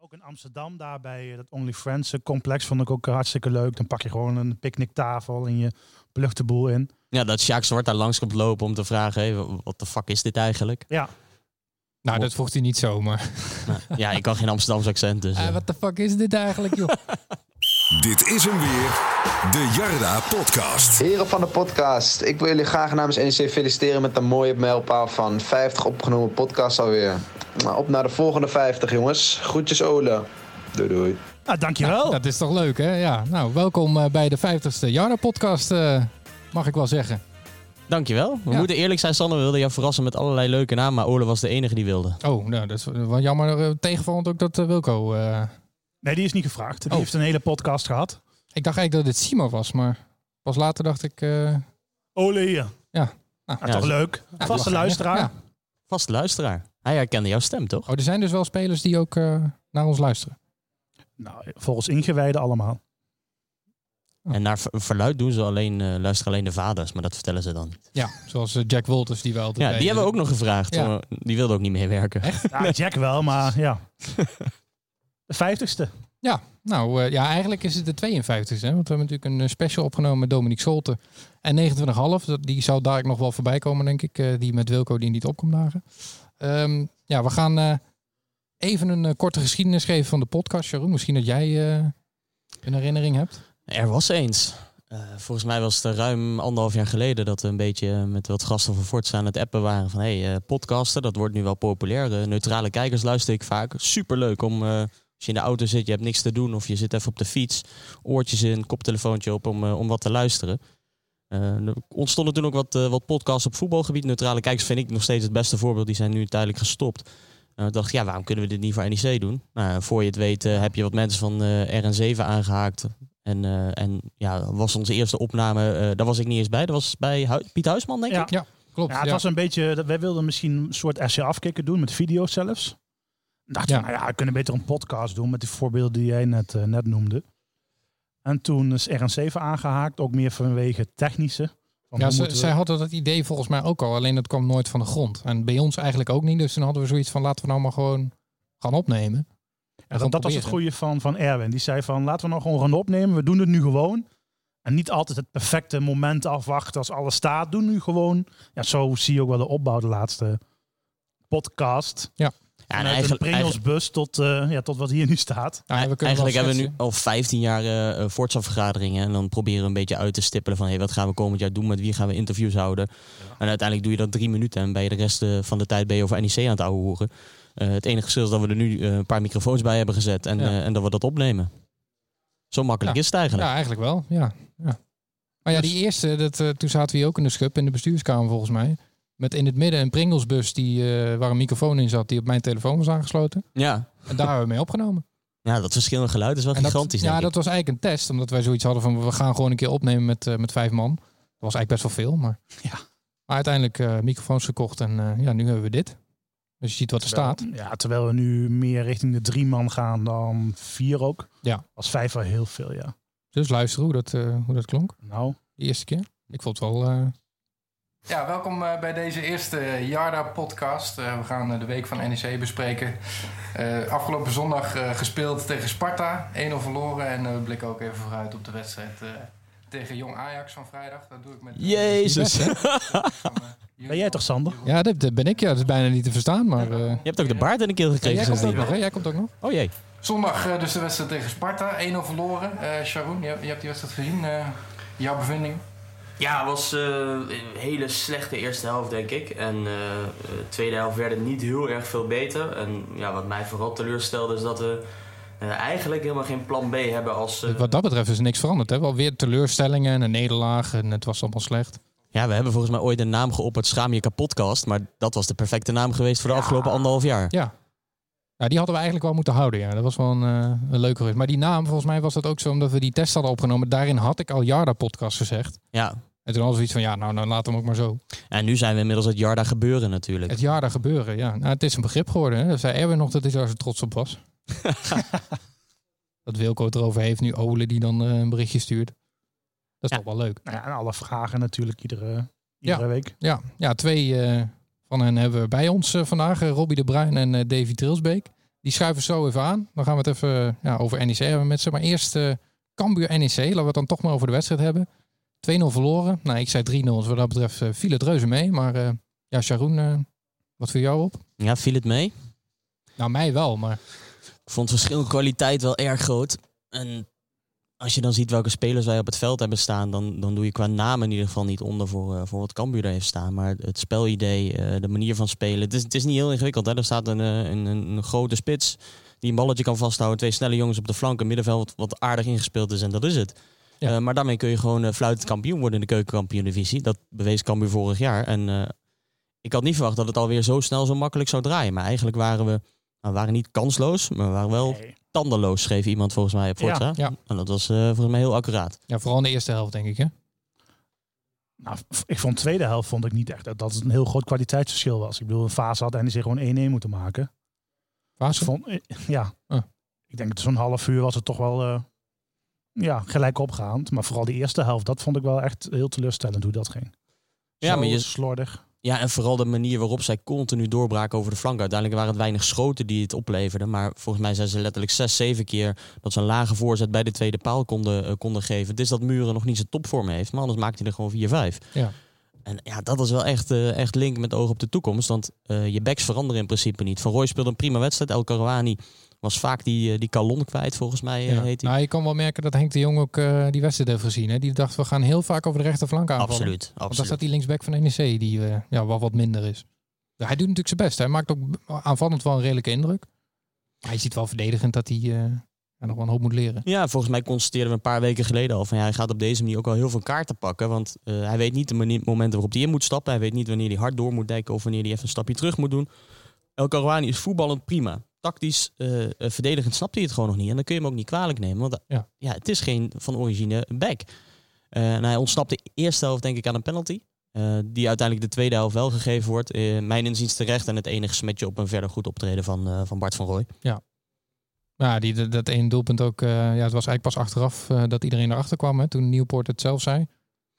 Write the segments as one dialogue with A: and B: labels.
A: Ook in Amsterdam, daar bij eh, dat Only Friends eh, complex, vond ik ook eh, hartstikke leuk. Dan pak je gewoon een picknicktafel en je plucht de boel in.
B: Ja, dat Sjaak Zwart daar langs komt lopen om te vragen, hé, wat de fuck is dit eigenlijk?
A: Ja,
C: Nou, dat voegt hij niet zomaar.
B: Nou, ja, ik kan geen Amsterdamse accent, dus... eh.
C: Wat de fuck is dit eigenlijk, joh?
D: Dit is hem weer, de Jarda Podcast.
E: Heren van de podcast, ik wil jullie graag namens NEC feliciteren met een mooie mijlpaal van 50 opgenomen podcasts alweer. Nou, Op naar de volgende 50 jongens. Groetjes Ole. Doei doei.
A: nou, dankjewel.
C: Dat is toch leuk, hè? Ja. Nou, welkom eh, bij de 50ste Jarda-podcast, eh, mag ik wel zeggen.
B: Dankjewel. We
C: Ja.
B: moeten eerlijk zijn, Sander wilde jou verrassen met allerlei leuke namen, maar Ole was de enige die wilde.
C: Oh, nou, dat is wel jammer. eh, Tegenvallend ook dat eh, Wilco... eh,
A: Nee, die is niet gevraagd. Die
C: Oh.
A: heeft een hele podcast gehad.
C: ik dacht eigenlijk dat het Simo was, maar pas later dacht ik... eh,
A: Ole hier.
C: Ja.
A: Nou, toch
B: Ja, dat-
A: leuk. Vaste
C: ja,
A: luisteraar.
C: ja.
B: Vast luisteraar. Hij herkende jouw stem, toch?
C: Oh, er zijn dus wel spelers die ook eh, naar ons luisteren.
A: Nou, volgens ingewijden allemaal.
B: En naar ver- verluid doen ze alleen, eh, luisteren alleen de vaders, maar dat vertellen ze dan.
C: Ja, zoals eh, Jack Wolters die wel. altijd
B: Ja,
C: deden.
B: die hebben we ook nog gevraagd.
C: Ja.
B: maar Die wilde ook niet meewerken.
A: Ja, Jack wel, maar ja. De vijftigste.
C: Ja, nou eh, ja, eigenlijk is het de 52 hè? Want we hebben natuurlijk een eh, special opgenomen met Dominique Solte. En 29,5, dat- die zou daar nog wel voorbij komen, denk ik. eh, die met Wilco die niet opkomt dagen. Ehm, ja, we gaan eh, even een eh, korte geschiedenis geven van de podcast, Jeroen. Misschien dat jij eh, een herinnering hebt.
B: Er was eens. Eh, volgens mij was het ruim anderhalf jaar geleden dat we een beetje eh, met wat gasten van Forts aan het appen waren van hey, eh, podcasten, dat wordt nu wel populair. Eh, neutrale kijkers luister ik vaak. Superleuk om eh, als je in de auto zit, je hebt niks te doen of je zit even op de fiets, oortjes in, koptelefoontje op om, eh, om wat te luisteren. Eh, er ontstonden toen ook wat, eh, wat podcasts op voetbalgebied. Neutrale kijkers vind ik nog steeds het beste voorbeeld. Die zijn nu tijdelijk gestopt. Eh, ik dacht, ja, waarom kunnen we dit niet voor NEC doen? Nou, voor je het weet eh, heb je wat mensen van eh, RN7 aangehaakt. En, eh, en ja, was onze eerste opname, eh, daar was ik niet eens bij. Dat was bij Hu- Piet Huisman, denk
A: Ja.
B: ik.
C: Ja, klopt.
A: Ja, het was een beetje, wij wilden misschien een soort essay afkicken doen met video's zelfs. Dacht,
C: Ja.
A: ja. nou ja, we kunnen beter een podcast doen met die voorbeelden die jij net, eh, net noemde. En toen is RN7 aangehaakt, ook meer vanwege technische. Want
C: Ja,
A: hoe
C: ze-
A: moeten we-
C: zij hadden dat idee volgens mij ook al, alleen dat kwam nooit van de grond. En bij ons eigenlijk ook niet, dus toen hadden we zoiets van laten we nou maar gewoon gaan opnemen.
A: En
C: gewoon
A: dat, dat was het
C: proberen.
A: goede van, van Erwin. Die zei van, laten we nou gewoon gaan opnemen. We doen het nu gewoon. En niet altijd het perfecte moment afwachten als alles staat. Doen nu gewoon. Ja, zo zie je ook wel de opbouw de laatste podcast.
B: Ja,
A: en
B: en
A: eigenlijk,
B: eigenlijk,
A: een
B: eigenlijk,
A: Pringelsbus tot, eh, ja, tot wat hier nu staat.
C: Ja, Nou, we kunnen wel
B: eigenlijk hebben we nu
C: schetsen.
B: al 15 jaar eh eh, Forza-vergaderingen. En dan proberen we een beetje uit te stippelen van... Hey, wat gaan we komend jaar doen? Met wie gaan we interviews houden? En uiteindelijk doe je dat drie minuten. En bij de rest eh, van de tijd ben je over NEC aan het ouwehoeren. Eh het enige verschil is dat we er nu eh, een paar microfoons bij hebben gezet. En,
C: Ja.
B: eh, en dat we dat opnemen. Zo makkelijk is het eigenlijk.
C: Ja, eigenlijk wel. Ja. ja.
B: Dus-
C: Maar ja, die eerste, dat, eh, toen zaten we hier ook in de schub in de bestuurskamer volgens mij. Met in het midden een Pringelsbus die, eh, waar een microfoon in zat die op mijn telefoon was aangesloten.
B: Ja,
C: En daar hebben we mee opgenomen.
B: ja dat verschillende geluid is wel
C: en dat,
B: gigantisch.
C: ja,
B: denk ik.
C: dat was eigenlijk een test. Omdat wij zoiets hadden van we gaan gewoon een keer opnemen met, eh, met vijf man. Dat was eigenlijk best wel veel. Maar,
A: Ja.
C: maar uiteindelijk eh, microfoons gekocht en eh, ja, nu hebben we dit. Dus je ziet wat er staat.
A: Ja, terwijl we nu meer richting de drie man gaan dan vier ook.
C: Ja.
A: Als vijf wel heel veel, ja.
C: Dus luister hoe dat, eh, hoe dat klonk.
A: Nou,
C: De eerste keer. Ik vond het wel... eh, Ja, welkom eh, bij deze eerste Jarda-podcast. we gaan eh, de week van NEC bespreken. Eh, afgelopen zondag eh, gespeeld tegen Sparta. 1-0 verloren. En eh, we blikken ook even vooruit op de wedstrijd eh, tegen Jong Ajax van vrijdag. Dat doe ik met... eh,
B: Jezus.
C: Van, eh,
A: ben jij toch Sander?
C: Ja, dat dat ben ik. Ja, dat is bijna niet te verstaan. Maar eh,
B: Je hebt ook de baard in de keel
C: jij
B: gekregen
C: komt ook
B: sindsdien.
C: nog, hè? Jij komt ook nog.
B: Oh jee.
F: Zondag eh, dus de wedstrijd tegen Sparta. 1-0 verloren. Eh, Sharon, je, je hebt die wedstrijd gezien. eh, jouw bevinding?
G: Ja, het was eh, een hele slechte eerste helft, denk ik. En eh, de tweede helft werd het niet heel erg veel beter. En ja, wat mij vooral teleurstelde is dat we eh, eigenlijk helemaal geen plan B hebben als... eh,
C: Dus Wat dat betreft is niks veranderd. Hè? Wel weer teleurstellingen en een nederlaag. En het was allemaal slecht.
B: Ja, we hebben volgens mij ooit een naam geopperd, Schaam je kapotcast. Maar dat was de perfecte naam geweest voor de afgelopen anderhalf jaar.
C: Ja. Ja, die hadden we eigenlijk wel moeten houden. Ja. Dat was wel een, eh, een leuke rust. Maar die naam, volgens mij was dat ook zo omdat we die test hadden opgenomen. Daarin had ik al Jarda-podcast gezegd.
B: Ja.
C: En toen hadden we iets van, ja, nou, nou laat hem ook maar zo.
B: En nu zijn we inmiddels het Jarda gebeuren natuurlijk.
C: Het Jarda gebeuren, ja. Nou, het is een begrip geworden. Hè. Daar zei Erwin nog dat hij daar zo trots op was. dat Wilco het erover heeft. Nu Ole die dan eh, een berichtje stuurt. Dat
B: Ja.
C: is toch wel leuk.
A: Nou ja, en alle vragen natuurlijk iedere, iedere week.
C: Ja, ja twee eh, van hen hebben we bij ons eh, vandaag. Eh, Robbie de Bruin en eh, Davy Trilsbeek. Die schuiven we zo even aan. Dan gaan we het even eh, ja, over NEC hebben met ze. Maar eerst eh Cambuur NEC. Laten we het dan toch maar over de wedstrijd hebben. 2-0 verloren. Nou, ik zei 3-0. Dus wat dat betreft eh, viel het reuze mee. Maar eh, ja, Sharoen, eh, wat viel jou op?
B: Ja, viel het mee?
C: Nou, mij wel. Maar
B: Ik vond het verschil in kwaliteit wel erg groot. En als je dan ziet welke spelers wij op het veld hebben staan, dan, dan doe je qua naam in ieder geval niet onder voor, eh, voor wat Cambuur daar heeft staan. Maar het spelidee, eh, de manier van spelen, het is, het is niet heel ingewikkeld. Hè? Er staat een, eh, een, een een grote spits die een balletje kan vasthouden, twee snelle jongens op de flank, een middenveld wat, wat aardig ingespeeld is en dat is het.
C: Ja.
B: Eh, maar daarmee kun je gewoon eh, fluitend kampioen worden in de keukenkampioen-divisie. Dat bewees Cambuur vorig jaar. En eh, ik had niet verwacht dat het alweer zo snel zo makkelijk zou draaien. Maar eigenlijk waren we, nou, we waren niet kansloos, maar we waren wel
A: Nee.
B: tandeloos, schreef iemand volgens mij op Forza.
C: ja.
B: En dat was eh, volgens mij heel accuraat.
C: ja, vooral in de eerste helft, denk ik. Hè?
A: Nou, v- ik vond de tweede helft vond ik niet echt dat dat het een heel groot kwaliteitsverschil was. Ik bedoel, een fase had NEC gewoon 1-1 moeten maken.
C: Vaas?
A: Ik vond, eh, ja.
C: Ah.
A: Ik denk dat zo'n half uur was het toch wel eh, ja, gelijk opgehaald. Maar vooral de eerste helft, dat vond ik wel echt heel teleurstellend hoe dat ging.
B: Ja,
A: Zo
B: maar je-
A: slordig.
B: Ja, en vooral de manier waarop zij continu doorbraken over de flank. Uiteindelijk waren het weinig schoten die het opleverden. Maar volgens mij zijn ze letterlijk zes, zeven keer dat ze een lage voorzet bij de tweede paal konden, eh, konden geven. Het is dat Muren nog niet zijn topvorm heeft, maar anders maakt hij er gewoon vier, vijf.
C: Ja.
B: En ja, dat is wel echt, eh, echt link met oog op de toekomst. Want eh, je backs veranderen in principe niet. Van Roy speelde een prima wedstrijd. El Karouani was vaak die, eh, die kalon kwijt, volgens mij eh,
C: Ja.
B: heet hij.
C: Nou, je kan wel merken dat Henk de Jong ook eh, die wedstrijd heeft gezien. Hè? Die dacht, we gaan heel vaak over de rechterflank aanvallen.
B: absoluut,
C: Want daar
B: absoluut.
C: staat die linksback van NEC, die eh, ja, wel wat minder is. Ja, hij doet natuurlijk zijn best. Hij maakt ook aanvallend wel een redelijke indruk. Maar je ziet wel verdedigend dat hij eh, ja, nog wel een hoop moet leren.
B: Ja, volgens mij constateerden we een paar weken geleden al van ja, hij gaat op deze manier ook al heel veel kaarten pakken. Want eh, hij weet niet de manier, momenten waarop hij in moet stappen. Hij weet niet wanneer hij hard door moet dekken of wanneer hij even een stapje terug moet doen. El Karouani is voetballend prima. Tactisch, eh, eh, verdedigend snapt hij het gewoon nog niet. En dan kun je hem ook niet kwalijk nemen. Want eh,
C: Ja.
B: ja. het is geen van origine back. Eh, en hij ontsnapte de eerste helft denk ik aan een penalty. eh, die uiteindelijk de tweede helft wel gegeven wordt. Eh, mijn inziens terecht en het enige smetje op een verder goed optreden van, eh, van Bart van Rooij.
C: Nou, die, dat, dat ene doelpunt ook. eh, ja, het was eigenlijk pas achteraf eh, dat iedereen erachter kwam. Hè, toen Nieuwpoort het zelf zei.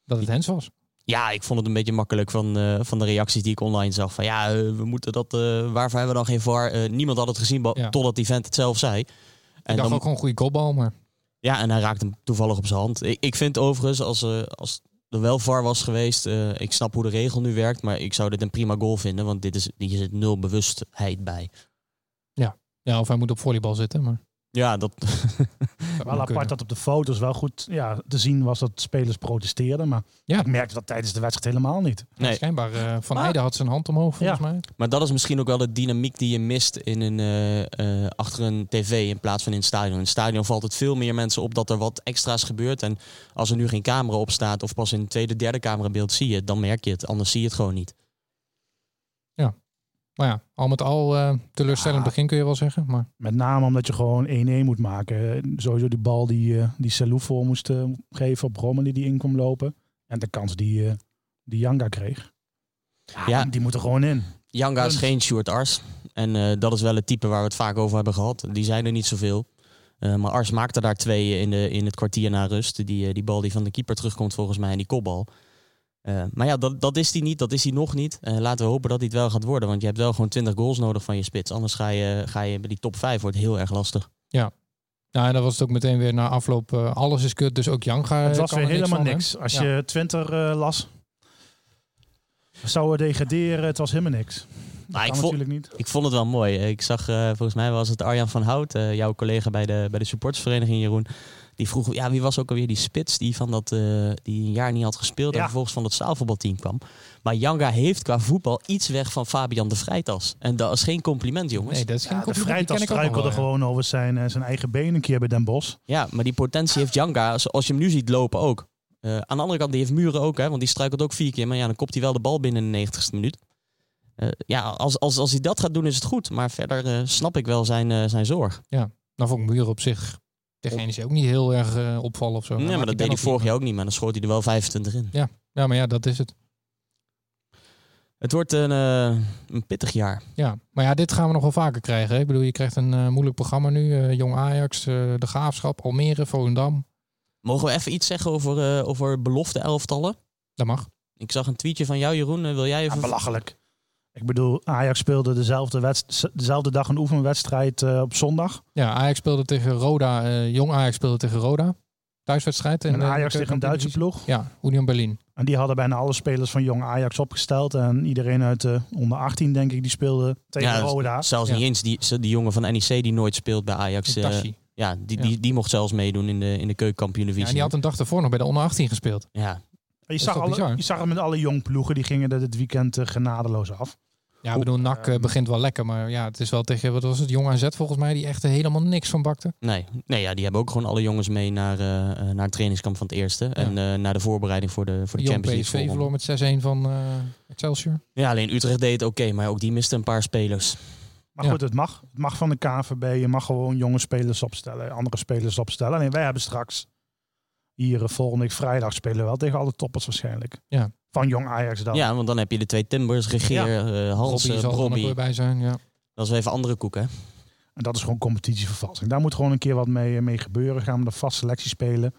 C: Dat het Hens was.
B: Ja, ik vond het een beetje makkelijk van, eh, van de reacties die ik online zag. Van ja, eh, we moeten dat. eh, waarvoor hebben we dan geen VAR? Eh, niemand had het gezien, be-
C: Ja.
B: totdat die vent het zelf zei.
C: Ik
B: En
C: dacht
B: dan,
C: ook gewoon een goede kopbal. Maar
B: Ja, en hij raakte hem toevallig op zijn hand. Ik, ik vind overigens, als, eh, als er wel VAR was geweest, eh, ik snap hoe de regel nu werkt, maar ik zou dit een prima goal vinden, want dit is, hier zit nul bewustheid bij.
C: ja, of hij moet op volleybal zitten. Maar
B: Ja, dat,
C: dat
A: Wel
C: moet kunnen.
A: apart dat op de foto's wel goed ja, te zien was dat spelers protesteerden. Maar
C: Ja.
A: ik merkte dat tijdens de wedstrijd helemaal niet.
B: nee.
C: Schijnbaar eh, Van Heijden had zijn hand omhoog volgens mij.
B: Maar dat is misschien ook wel de dynamiek die je mist in een, eh, eh, achter een tv in plaats van in het stadion. In het stadion valt het veel meer mensen op dat er wat extra's gebeurt. En als er nu geen camera op staat of pas in het tweede, derde camerabeeld zie je het, dan merk je het. Anders zie je het gewoon niet.
C: Maar ja, al met al eh, teleurstellend
A: Ah.
C: begin kun je wel zeggen. Maar
A: Met name omdat je gewoon 1-1 moet maken. Eh, Sowieso die bal die, eh, die Salou voor moest eh, geven op Rommel die in kwam lopen. En de kans die, eh die Janga kreeg.
B: Ja.
A: Die moet er gewoon
C: Eh,
A: in.
B: Janga is
A: Punt.
B: geen Stuart Ars. En eh, dat is wel het type waar we het vaak over hebben gehad. Die zijn er niet zoveel. Eh, maar Ars maakte daar twee in, de, in het kwartier na rust. Die, eh, die bal die van de keeper terugkomt volgens mij en die kopbal. Eh, maar ja, dat, dat is hij niet. Dat is hij nog niet. Eh, laten we hopen dat hij het wel gaat worden. Want je hebt wel gewoon 20 goals nodig van je spits. Anders ga je, ga je bij die top 5 wordt heel erg lastig.
C: nou, en dat was het ook meteen weer na afloop. eh, alles is kut, dus ook Janga.
A: Het
C: eh,
A: was
C: kan
A: weer
C: er
A: helemaal
C: van, hè?
A: niks. Als
C: Ja.
A: je Twenter eh, las, zouden we degraderen. Het was helemaal niks.
B: Nou, ik,
A: kan
B: vond,
A: natuurlijk niet.
B: ik vond het wel mooi. Ik zag, eh, volgens mij was het Arjan van Hout, eh, jouw collega bij de, bij de supportersvereniging Jeroen. Die vroeg, ja, wie was ook alweer die spits die, van dat, eh, die een jaar niet had gespeeld en
A: Ja.
B: vervolgens van dat zaalvoetbalteam kwam. Maar Janga heeft qua voetbal iets weg van Fabian de Vrijtas. En dat is geen compliment, jongens.
C: Nee, dat is geen
A: Ja, de
C: compliment, die ken
A: vrijdag
C: ik ook nog
A: struikelde
C: wel, ja.
A: gewoon over zijn, eh, zijn eigen been een keer bij Den Bosch.
B: Ja, maar die potentie heeft Janga, zoals je hem nu ziet lopen, ook. Eh, aan de andere kant, die heeft Muren ook, hè, want die struikelt ook vier keer. Maar ja, dan kopt hij wel de bal binnen de 90ste minuut. Eh, ja, als, als, als hij dat gaat doen is het goed. Maar verder eh, snap ik wel zijn, eh, zijn zorg.
C: Nou vond ik Muren op zich tegen NEC ook niet heel erg eh, opvallen of zo.
B: Ja, maar
C: maakt
B: dat deed hij
C: penalty.
B: vorig jaar ook niet, maar dan schoot hij er wel 25 in.
C: Ja, maar ja, dat is het.
B: Het wordt een, eh, een pittig jaar.
C: Ja, maar ja, dit gaan we nog wel vaker krijgen. Hè? Ik bedoel, je krijgt een eh, moeilijk programma nu. eh, Jong Ajax, eh, De Graafschap, Almere, Volendam.
B: Mogen we even iets zeggen over, eh, over belofte elftallen?
C: Dat mag.
B: Ik zag een tweetje van jou, Jeroen. Eh, wil jij
A: Ja,
B: even...
A: belachelijk. Ik bedoel, Ajax speelde dezelfde, wedst- dezelfde dag een oefenwedstrijd eh, op zondag.
C: Ja, Ajax speelde tegen Roda. eh, jong Ajax speelde tegen Roda. Thuiswedstrijd. in,
A: En
C: eh, de
A: Ajax tegen een Duitse
C: Keukenkampioen-divisie.
A: ploeg.
C: Ja, Union Berlin.
A: En die hadden bijna alle spelers van jong Ajax opgesteld. En iedereen uit de onder 18, denk ik, die speelde tegen
B: Ja, dat is-
A: Roda.
B: Zelfs
C: Ja.
B: niet eens die, die jongen van NEC die nooit speelt bij Ajax. eh,
C: Tashi.
B: ja, die,
C: Ja.
B: Die, die mocht zelfs meedoen in de, in de
C: Ja, en
B: keukenkampioen-divisie.
C: die
B: Ja,
C: had een dag daarvoor nog bij de onder 18 gespeeld.
A: Je
C: is
A: zag,
C: toch
A: alle,
C: bizar?
A: je zag het met alle jong ploegen, die gingen er dit weekend eh, genadeloos af.
C: Ja, ik bedoel, NAC eh, begint wel lekker. Maar ja, het is wel tegen, wat was het, Jong AZ volgens mij, die echt helemaal niks van bakte.
B: Nee, nee ja, die hebben ook gewoon alle jongens mee naar, eh, eh, naar het trainingskamp van het eerste. En eh, naar de voorbereiding voor de, voor de
C: Jong
B: Champions League.
C: PSV verloor
B: voorronde.
C: met 6-1 van eh, Excelsior.
B: Ja, alleen Utrecht deed het oké, maar ook die miste een paar spelers.
A: Maar
C: Ja.
A: goed, het mag. Het mag van de KNVB. Je mag gewoon jonge spelers opstellen, andere spelers opstellen. Alleen wij hebben straks hier eh, volgende week vrijdag spelen we wel tegen alle toppers waarschijnlijk.
C: Ja.
A: Van jong Ajax dan.
B: Ja, want dan heb je de twee Timbers, Regeer, eh, Hans,
C: Robbie
B: eh,
C: zal er nog
B: Robbie.
C: weer bij zijn, ja.
B: Dat is wel even andere koek, hè?
A: En dat is gewoon competitievervalsing. Daar moet gewoon een keer wat mee, mee gebeuren. Gaan we de vast selectie spelen.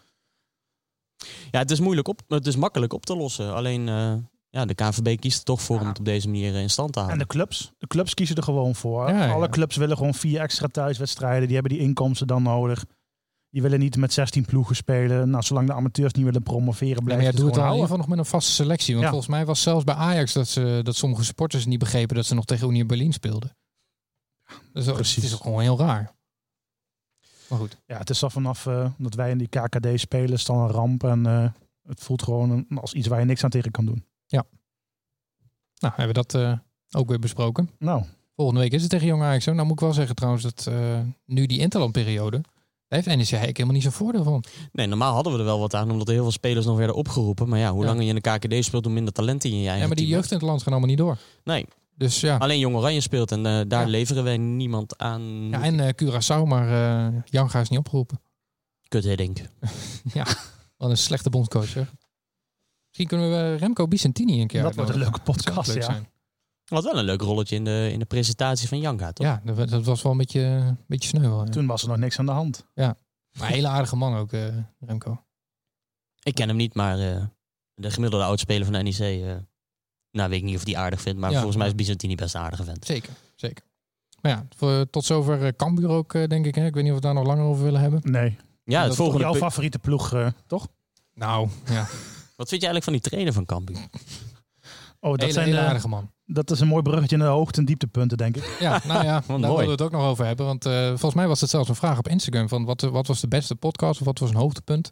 B: Ja, het is, moeilijk op, het is makkelijk op te lossen. Alleen eh, ja, de KNVB kiest er toch voor om het op deze manier eh, in stand te
C: Ah.
A: En
B: houden.
A: de clubs? De clubs kiezen er gewoon voor.
C: Ja,
A: alle
C: ja.
A: clubs willen gewoon vier extra thuiswedstrijden. Die hebben die inkomsten dan nodig. Die willen niet met 16 ploegen spelen. Nou, zolang de amateurs niet willen promoveren,
C: Ja,
A: blijft
C: maar
A: het
C: ja, doe het dan in
A: gewoon
C: ieder
A: houden.
C: geval nog met een vaste selectie. Want
A: Ja.
C: volgens mij was zelfs bij Ajax dat, ze, dat sommige supporters niet begrepen dat ze nog tegen Union Berlin speelden. Dus dat-
A: Precies.
C: Het is ook gewoon heel raar. Maar goed.
A: Ja, het is al vanaf eh, dat wij in die KKD spelen, is dan een ramp. En eh, het voelt gewoon een- als iets waar je niks aan tegen kan doen.
C: Nou, hebben we dat eh, ook weer besproken.
A: Nou,
C: Volgende week is het tegen Jong Ajax. hè? Nou moet ik wel zeggen trouwens dat eh, nu die interlandperiode... Daar heeft E NEC eigenlijk helemaal niet zo'n voordeel van.
B: Nee, normaal hadden we er wel wat aan, omdat er heel veel spelers nog werden opgeroepen. Maar ja, hoe
C: Ja.
B: langer je in de KKD speelt, hoe minder talent je in je eigen
C: Ja, maar die
B: team
C: jeugd in het land gaan allemaal niet door.
B: Nee. Ah,
C: Dus ja.
B: hebt. Alleen Jong Oranje speelt en eh, daar
C: Ja.
B: leveren wij niemand aan.
C: ja en eh Curaçao, maar eh Janga is niet opgeroepen.
B: Kut Hiddink.
C: Wat een slechte bondcoach, hè? Misschien kunnen we eh, Remco Bicentini een keer
A: dat wordt een
C: uitnodigen.
A: leuke podcast.
C: Zou ook leuk
A: ja.
C: zijn.
B: Wat wel een leuk rolletje in de, in de presentatie van Janka, toch?
C: Ja, dat, wa- dat was wel een beetje, een beetje sneu. wel, ja.
A: Toen was er nog niks aan de hand.
C: Maar een hele aardige man ook, eh, Remco.
B: Ik ken hem niet, maar eh, de gemiddelde oudspeler van de NEC... eh nou, weet ik niet of die aardig vindt, maar
C: Ja.
B: volgens mij is Bizantini best een aardige vent.
C: Zeker, zeker. Maar ja, voor, tot zover eh, Cambuur ook, eh, denk ik. Hè? Ik weet niet of we het daar nog langer over willen hebben.
A: Nee,
B: Ja, het
C: is toch
B: volgende
A: jouw
B: punt-
A: favoriete ploeg, eh, toch?
C: Nou, ja.
B: Wat vind je eigenlijk van die trainer van Cambuur?
A: Oh, dat,
C: hele,
A: zijn,
C: hele
A: eh,
C: aardige man.
A: dat is een mooi bruggetje naar de hoogte- en dieptepunten, denk ik.
C: Ja, nou ja, daar
B: mooi.
C: willen we het ook nog over hebben. Want eh, volgens mij was het zelfs een vraag op Instagram van wat, wat was de beste podcast of wat was een hoogtepunt.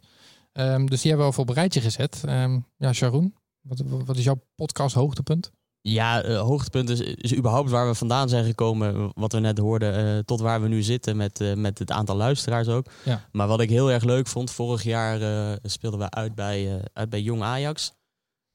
C: Ehm, dus die hebben we over op een rijtje gezet. Ehm, ja, Sharon, wat, wat is jouw podcast hoogtepunt?
B: Ja, eh, hoogtepunt is, is überhaupt waar we vandaan zijn gekomen, wat we net hoorden, eh, tot waar we nu zitten met, eh, met het aantal luisteraars ook.
C: Ja.
B: Maar wat ik heel erg leuk vond, vorig jaar eh, speelden we uit bij, eh, uit bij Jong Ajax.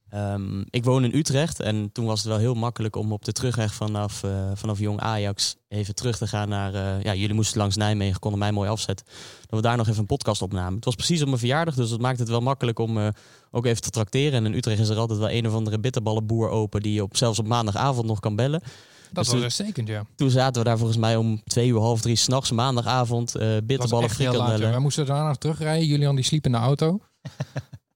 B: Ehm, ik woon in Utrecht en toen was het wel heel makkelijk om op de terugweg vanaf, eh, vanaf Jong Ajax even terug te gaan naar... eh, ja, jullie moesten langs Nijmegen, konden mij mooi afzetten. Dat we daar nog even een podcast opnamen. Het was precies op mijn verjaardag, dus dat maakt het wel makkelijk om... eh, ook even te trakteren. En in Utrecht is er altijd wel een of andere bitterballenboer open die je op, zelfs op maandagavond nog kan bellen.
C: Dat
B: Dus
C: was
B: het-
C: uitstekend, ja.
B: Toen zaten we daar volgens mij om twee uur, half drie s'nachts, maandagavond, eh
C: Dat was
B: bitterballen,
C: echt heel laat. ja.
B: frikandellen.
C: Wij moesten daarna nog terugrijden. Julian die sliep in de auto.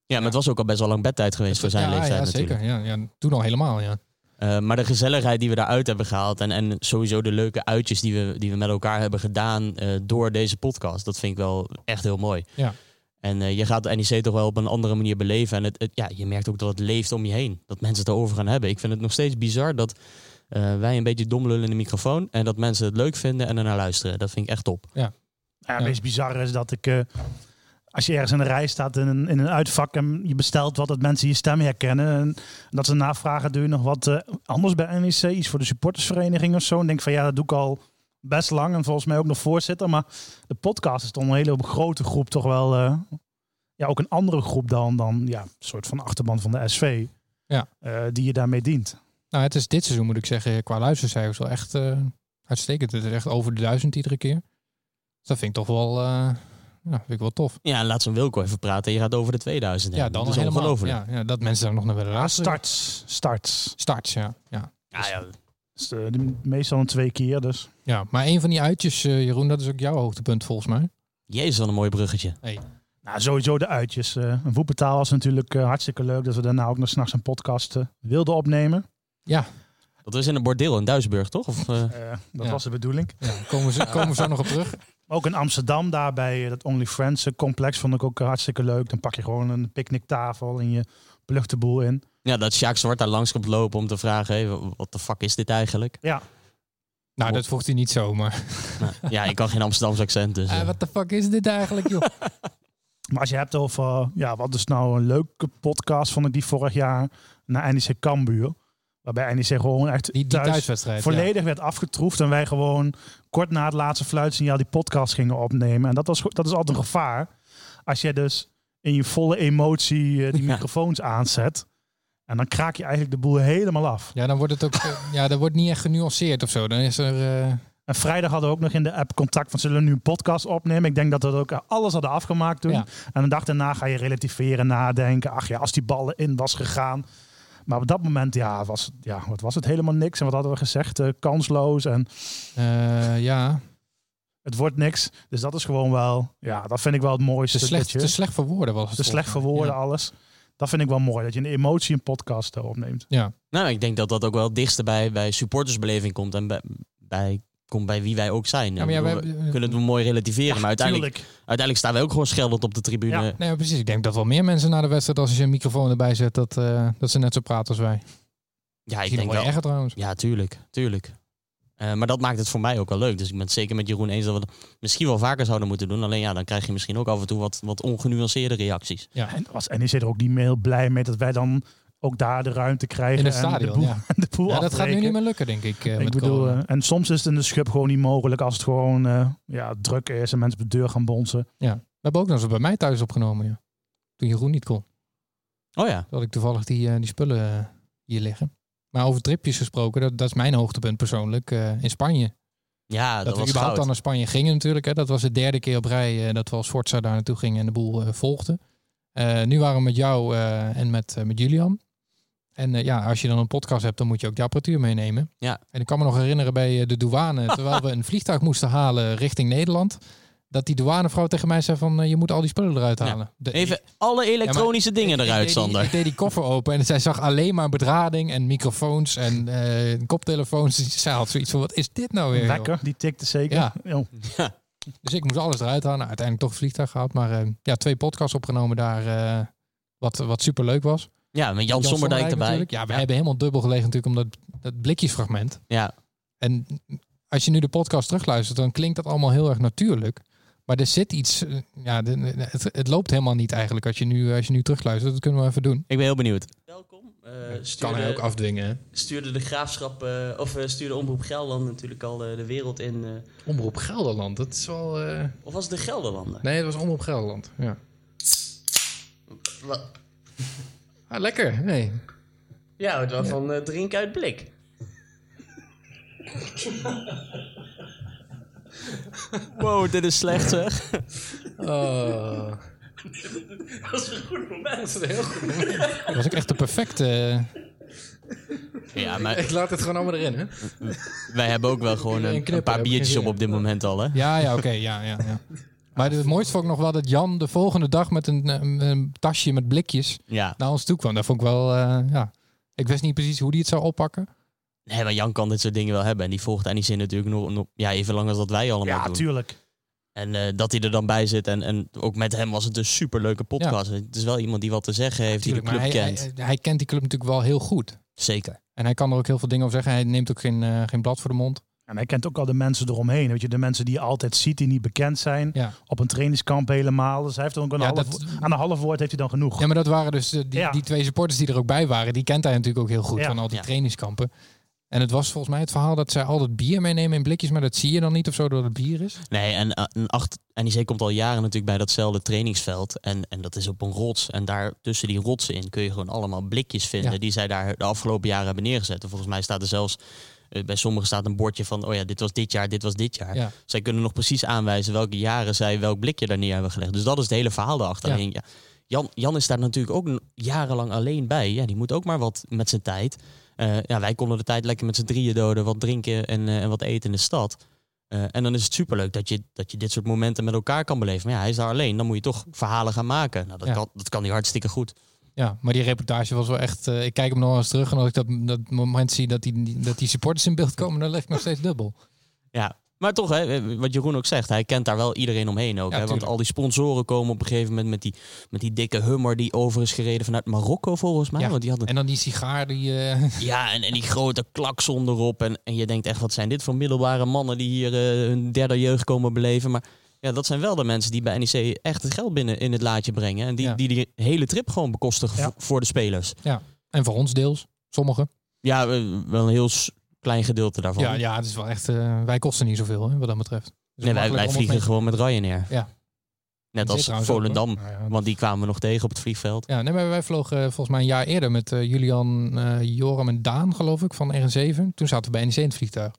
B: Ja, maar het was ook al best wel lang bedtijd geweest voor zijn
C: ja,
B: leeftijd
C: ja,
B: natuurlijk.
C: zeker. Ja, ja, toen al helemaal, ja.
B: Eh, maar de gezelligheid die we daaruit hebben gehaald en, en sowieso de leuke uitjes die we, die we met elkaar hebben gedaan eh, door deze podcast, dat vind ik wel echt heel mooi.
C: Ja.
B: En eh, je gaat de NEC toch wel op een andere manier beleven. En het, het- ja, je merkt ook dat het leeft om je heen. Dat mensen het erover gaan hebben. Ik vind het nog steeds bizar dat eh, wij een beetje dom lullen in de microfoon. En dat mensen het leuk vinden en ernaar luisteren. Dat vind ik echt top.
A: Ja, het
C: Ja.
A: meest bizarre is dat ik... eh, als je ergens in de rij staat in een, in een uitvak en je bestelt wat, dat mensen je stem herkennen. En dat ze navragen, doe je nog wat eh, anders bij NEC? Iets voor de supportersvereniging of zo? En ik denk van ja, dat doe ik al best lang en volgens mij ook nog voorzitter. Maar de podcast is toch een hele grote groep toch wel... eh, ja, ook een andere groep dan, dan ja, een soort van achterban van de SV.
C: Ja.
A: eh, die je daarmee dient.
C: Nou, het is dit seizoen, moet ik zeggen, qua luistercijfers wel echt eh, uitstekend. Het is echt over de duizend iedere keer. Dus dat vind ik toch wel, eh, ja, vind ik wel tof.
B: Ja, en laat zo'n Wilco even praten. Je gaat over de 2000
C: Ja,
B: heen.
C: dan
B: dat is
C: helemaal.
B: ongelooflijk.
C: Ja, ja, dat mensen daar nog naar willen luisteren.
A: Starts, starts.
C: Starts, ja. ja.
B: Ja, ja.
A: Dus, eh, die- meestal een twee keer, dus...
C: Ja, maar een van die uitjes, eh, Jeroen, dat is ook jouw hoogtepunt volgens mij.
B: Jezus, wat een mooi bruggetje.
A: Nou, sowieso de uitjes. Eh, Een Woepetaal was natuurlijk eh, hartstikke leuk dat we daarna ook nog s'nachts een podcast eh, wilden opnemen.
C: Ja,
B: Dat was in een bordeel in Duisburg, toch? Of, eh,
A: Eh, dat
C: Ja.
A: was de bedoeling.
C: Ja, komen, we zo, komen we zo nog op terug.
A: Ook in Amsterdam, daar bij eh, dat Only Friends eh, complex, vond ik ook eh, hartstikke leuk. Dan pak je gewoon een picknicktafel en je plucht de boel in.
B: ja, dat Sjaak Zwart daar langs komt lopen om te vragen, hé, wa- wat de fuck is dit eigenlijk?
C: Nou, dat vroeg hij niet zo, maar...
B: Nou, ja, ik kan geen Amsterdamse accent, dus... eh.
C: Eh, Wat de fuck is dit eigenlijk, joh?
A: Maar als je hebt over, eh, ja, wat is nou een leuke podcast, vond ik die vorig jaar naar NEC Cambuur. Waarbij NEC gewoon echt
C: Die, die
A: thuis
C: thuiswedstrijd. ja.
A: volledig werd afgetroefd. En wij gewoon kort na het laatste fluitsignaal die podcast gingen opnemen. En dat, was, go- dat is altijd een gevaar. Als jij dus in je volle emotie eh, die
B: Ja.
A: microfoons aanzet. En dan kraak je eigenlijk de boel helemaal af.
C: Ja, dan wordt het ook. eh, ja, dat wordt niet echt genuanceerd of zo. Dan is er. eh,
A: En vrijdag hadden we ook nog in de app contact van zullen we nu een podcast opnemen. Ik denk dat we dat ook alles hadden afgemaakt toen.
C: Ja.
A: En een dag daarna ga je relativeren, nadenken. Ach ja, als die ballen in was gegaan. Maar op dat moment, ja, was, ja wat was het helemaal niks. En wat hadden we gezegd? Eh, kansloos en
C: eh, ja,
A: het wordt niks. Dus dat is gewoon wel, ja, dat vind ik wel het mooiste.
C: te slecht,
A: dat
C: te
A: je-
C: slecht voor woorden was het.
A: te slecht
C: volgens
A: voor
C: mij.
A: woorden, alles. Dat vind ik wel mooi, dat je een emotie in podcast eh, opneemt.
B: Nou, ik denk dat dat ook wel het dichtste bij, bij supportersbeleving komt. En bij, bij, komt bij wie wij ook zijn.
C: Ja, maar ja,
B: Ik
C: wij,
B: bedoel, we kunnen het mooi relativeren. maar uiteindelijk,
A: Ah, Tuurlijk.
B: uiteindelijk staan wij ook gewoon scheldend op de tribune.
A: Ja.
C: nee, maar precies. Ik denk dat wel meer mensen na de wedstrijd, als je een microfoon erbij zet, dat, eh, dat ze net zo praten als wij.
B: Ja, ik
C: Misschien
B: denk
C: nog wel
B: wel.
C: erger trouwens.
B: Ja, tuurlijk. tuurlijk. Eh, maar dat maakt het voor mij ook wel leuk. Dus ik ben het zeker met Jeroen eens dat we dat misschien wel vaker zouden moeten doen. Alleen ja, dan krijg je misschien ook af en toe wat, wat ongenuanceerde reacties.
A: En was NEC er ook niet meer heel blij mee dat wij dan ook daar de ruimte krijgen.
C: In het
A: en de
C: stadion,
A: boel,
C: ja.
A: de boel
C: Ja, dat gaat nu
A: afbreken.
C: niet meer lukken, denk ik. eh,
A: Ik
C: met
A: bedoel,
C: corona.
A: eh, en soms is het in de schub gewoon niet mogelijk als het gewoon eh, ja, druk is en mensen op de deur gaan bonzen.
C: Oh, We hebben ook nog eens bij mij thuis opgenomen, ja. Toen Jeroen niet kon.
B: Oh ja.
C: Toen had ik toevallig die, eh, die spullen eh, hier liggen. Maar over tripjes gesproken, dat, dat is mijn hoogtepunt persoonlijk. eh, in Spanje.
B: Ja, dat,
C: dat we
B: was
C: überhaupt
B: goud.
C: dan naar Spanje gingen natuurlijk. Hè. Dat was de derde keer op rij eh, dat we als Forza daar naartoe gingen en de boel eh, volgden. Eh, nu waren we met jou eh, en met, eh, met Julian. En eh, ja, als je dan een podcast hebt, dan moet je ook de apparatuur meenemen.
B: Ja.
C: En ik kan me nog herinneren bij eh, de douane, terwijl we een vliegtuig moesten halen richting Nederland, dat die douanevrouw tegen mij zei van, eh, je moet al die spullen eruit
B: Ja.
C: halen. De-
B: Even alle elektronische dingen
C: ik- ik
B: eruit,
C: deed die-
B: Sander.
C: Ik deed die koffer open en zij zag alleen maar bedrading en microfoons en eh, koptelefoons. Zij had zoiets van, wat is dit nou weer? joh?
A: Lekker, die tikte zeker.
C: Ja.
A: Yo.
C: Dus ik moest alles eruit halen. Nou, uiteindelijk toch het vliegtuig gehad. Maar eh, ja, twee podcasts opgenomen daar. eh, wat, wat super leuk was. Jan,
B: Ja, met Jan, Sommerdijk erbij.
C: natuurlijk. Ja, we hebben helemaal dubbel gelegen natuurlijk om dat, dat blikjesfragment.
B: Ja,
C: En als je nu de podcast terugluistert, dan klinkt dat allemaal heel erg natuurlijk. Maar er zit iets. eh, ja, de- de- het, het loopt helemaal niet eigenlijk. Als je nu, als je nu terugluistert, dat kunnen we even doen.
B: ik ben heel benieuwd. Welkom.
C: afdwingen. Hè?
G: Eh, stuurde de graafschap, eh, of eh, stuurde Omroep Gelderland natuurlijk al eh, de wereld in. eh,
C: Omroep Gelderland. Dat is wel. eh,
G: of was het de Gelderlander?
C: Nee, dat was Omroep Gelderland. Ja.
G: Wa-
C: Ah, lekker. Nee.
G: Ja, het was van eh, drink uit blik.
B: Wow, dit is slecht zeg.
G: Dat was een goed moment.
C: Dat was ook echt de perfecte. eh,
B: Ja, maar
C: Ik laat het gewoon allemaal erin, hè?
B: wij hebben ook wel gewoon
C: Iedereen
B: een,
C: knippen,
B: een paar
C: hè?
B: biertjes op
C: Begin
B: op dit moment al, hè?
C: Ja, ja, oké. ja, ja, ja. Maar het mooiste vond ik nog wel dat Jan de volgende dag met een, een, een tasje met blikjes
B: Ja.
C: naar ons toe kwam. Dat vond ik wel, eh, ja. Ik wist niet precies hoe die het zou oppakken.
B: Nee, maar Jan kan dit soort dingen wel hebben. En die volgt en die zin natuurlijk nog, nog ja, even lang als dat wij allemaal
A: Ja,
B: doen.
A: tuurlijk.
B: En eh, dat hij er dan bij zit. En, en ook met hem was het een superleuke podcast. Het is wel iemand die wat te zeggen heeft,
C: Tuurlijk,
B: die de
C: maar hij,
B: club kent.
C: hij, hij kent die club natuurlijk wel heel goed.
B: Zeker.
C: En hij kan er ook heel veel dingen over zeggen. Hij neemt ook geen, eh, geen blad voor de mond.
A: En hij kent ook al de mensen eromheen. Weet je, de mensen die je altijd ziet, die niet bekend zijn.
C: Ja.
A: Op een trainingskamp helemaal. Dus hij heeft ook een
C: Ja,
A: half,
C: dat-
A: aan een half woord heeft hij dan genoeg.
C: Ja, maar dat waren dus eh, die,
A: Ja.
C: die twee supporters die er ook bij waren. Die kent hij natuurlijk ook heel goed
A: Ja.
C: van al die
B: Ja.
C: trainingskampen. En het was volgens mij het verhaal dat zij al dat bier meenemen in blikjes. Maar dat zie je dan niet of zo door het bier is.
B: Nee, en, eh, en acht, NEC komt al jaren natuurlijk bij datzelfde trainingsveld. En, en dat is op een rots. En daar tussen die rotsen in kun je gewoon allemaal blikjes vinden.
C: Ja.
B: Die zij daar de afgelopen jaren hebben neergezet. En volgens mij staat er zelfs... eh, Bij sommigen staat een bordje van, oh ja, dit was dit jaar, dit was dit jaar.
C: Ja.
B: Zij kunnen nog precies aanwijzen welke jaren zij welk blikje daar neer hebben gelegd. Dus dat is het hele verhaal daarachter.
C: Ja.
B: Alleen, Ja. Jan, Jan is daar natuurlijk ook n- jarenlang alleen bij. Ja, die moet ook maar wat met zijn tijd. Eh, ja, wij konden de tijd lekker met z'n drieën doden, wat drinken en, eh, en wat eten in de stad. Eh, en dan is het superleuk dat je, dat je dit soort momenten met elkaar kan beleven. Maar ja, hij is daar alleen. Dan moet je toch verhalen gaan maken. Nou, dat,
C: Ja.
B: kan, dat kan hij hartstikke goed.
C: Ja, maar die reportage was wel echt... eh, ik kijk hem nog eens terug en als ik dat, dat moment zie dat die, dat die supporters in beeld komen, dan leg ik nog steeds dubbel.
B: Ja, maar toch, hè, wat Jeroen ook zegt, hij kent daar wel iedereen omheen ook. hè,
C: Ja,
B: want
C: tuurlijk.
B: al die sponsoren komen op een gegeven moment met die, met die dikke hummer die over is gereden vanuit Marokko volgens mij.
C: Ja.
B: Want die hadden,
C: En dan die sigaar die... eh,
B: ja, en, en die grote klakson erop. En, en je denkt echt, wat zijn dit voor middelbare mannen die hier eh, hun derde jeugd komen beleven. Maar ja, dat zijn wel de mensen die bij NEC echt het geld binnen in het laadje brengen. En die
C: Ja.
B: die, die hele trip gewoon bekostigen
A: Ja.
B: voor- voor de spelers.
C: en voor ons deels, sommigen.
B: Ja, eh, wel een heel s- klein gedeelte daarvan.
C: Ja, dus ja, het is wel echt... eh, wij kosten niet zoveel, hè, wat dat betreft. Het is
B: nee, wij,
C: makkelijk
B: wij
C: om
B: vliegen
C: het mee-
B: gewoon met Ryanair.
C: Ja.
B: Net
C: Zit
B: als
C: trouwens ook, hoor.
B: Volendam.
C: Nou ja,
B: Want die kwamen we nog tegen op het vliegveld.
C: Ja, nee, maar wij vlogen eh, volgens mij een jaar eerder met eh, Julian, eh, Joram en Daan, geloof ik, van RN7. Toen zaten we bij NEC in het vliegtuig.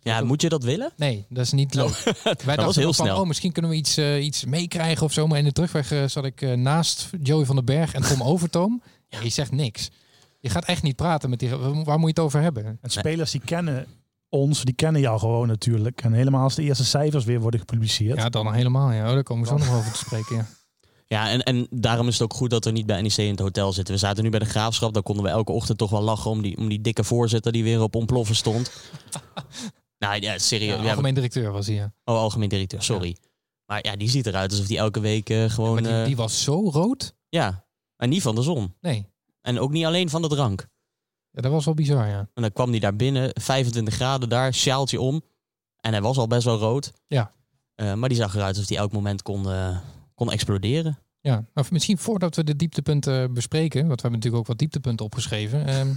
B: Ja, moet je dat willen?
C: Nee, dat is niet leuk. Wij
B: Nou, was
C: dachten
B: heel
C: ook van,
B: snel.
C: oh, misschien kunnen we iets, eh, iets meekrijgen of zo. Maar in de terugweg eh, zat ik eh, naast Joey van den Berg en Tom Overtoom. ja. Je zegt niks. Je gaat echt niet praten met die... Waar moet je het over hebben?
A: En spelers die kennen ons, die kennen jou gewoon natuurlijk. En helemaal als de eerste cijfers weer worden gepubliceerd.
C: Ja, dan helemaal. Ja. Oh, daar komen we zo nog over te spreken. Ja.
B: Ja, en, en daarom is het ook goed dat we niet bij NEC in het hotel zitten. We zaten nu bij de Graafschap. Daar konden we elke ochtend toch wel lachen om die, om die dikke voorzitter die weer op ontploffen stond. nou ja, serieus.
C: Ja,
B: Ja,
C: algemeen directeur was hij, ja.
B: oh, algemeen directeur, sorry. Maar ja, die ziet eruit alsof die elke week eh,
C: Maar
B: gewoon...
C: die,
B: eh,
C: die was zo rood.
B: Ja, en niet van de zon.
C: Nee,
B: En ook niet alleen van de drank.
C: ja, dat was wel bizar, ja.
B: En dan kwam hij daar binnen, 25 graden daar, sjaaltje om. En hij was al best wel rood.
C: Ja.
B: Eh, maar die zag eruit alsof hij elk moment kon, eh, kon exploderen.
C: Ja, maar misschien voordat we de dieptepunten eh, bespreken, want we hebben natuurlijk ook wat dieptepunten opgeschreven. ehm,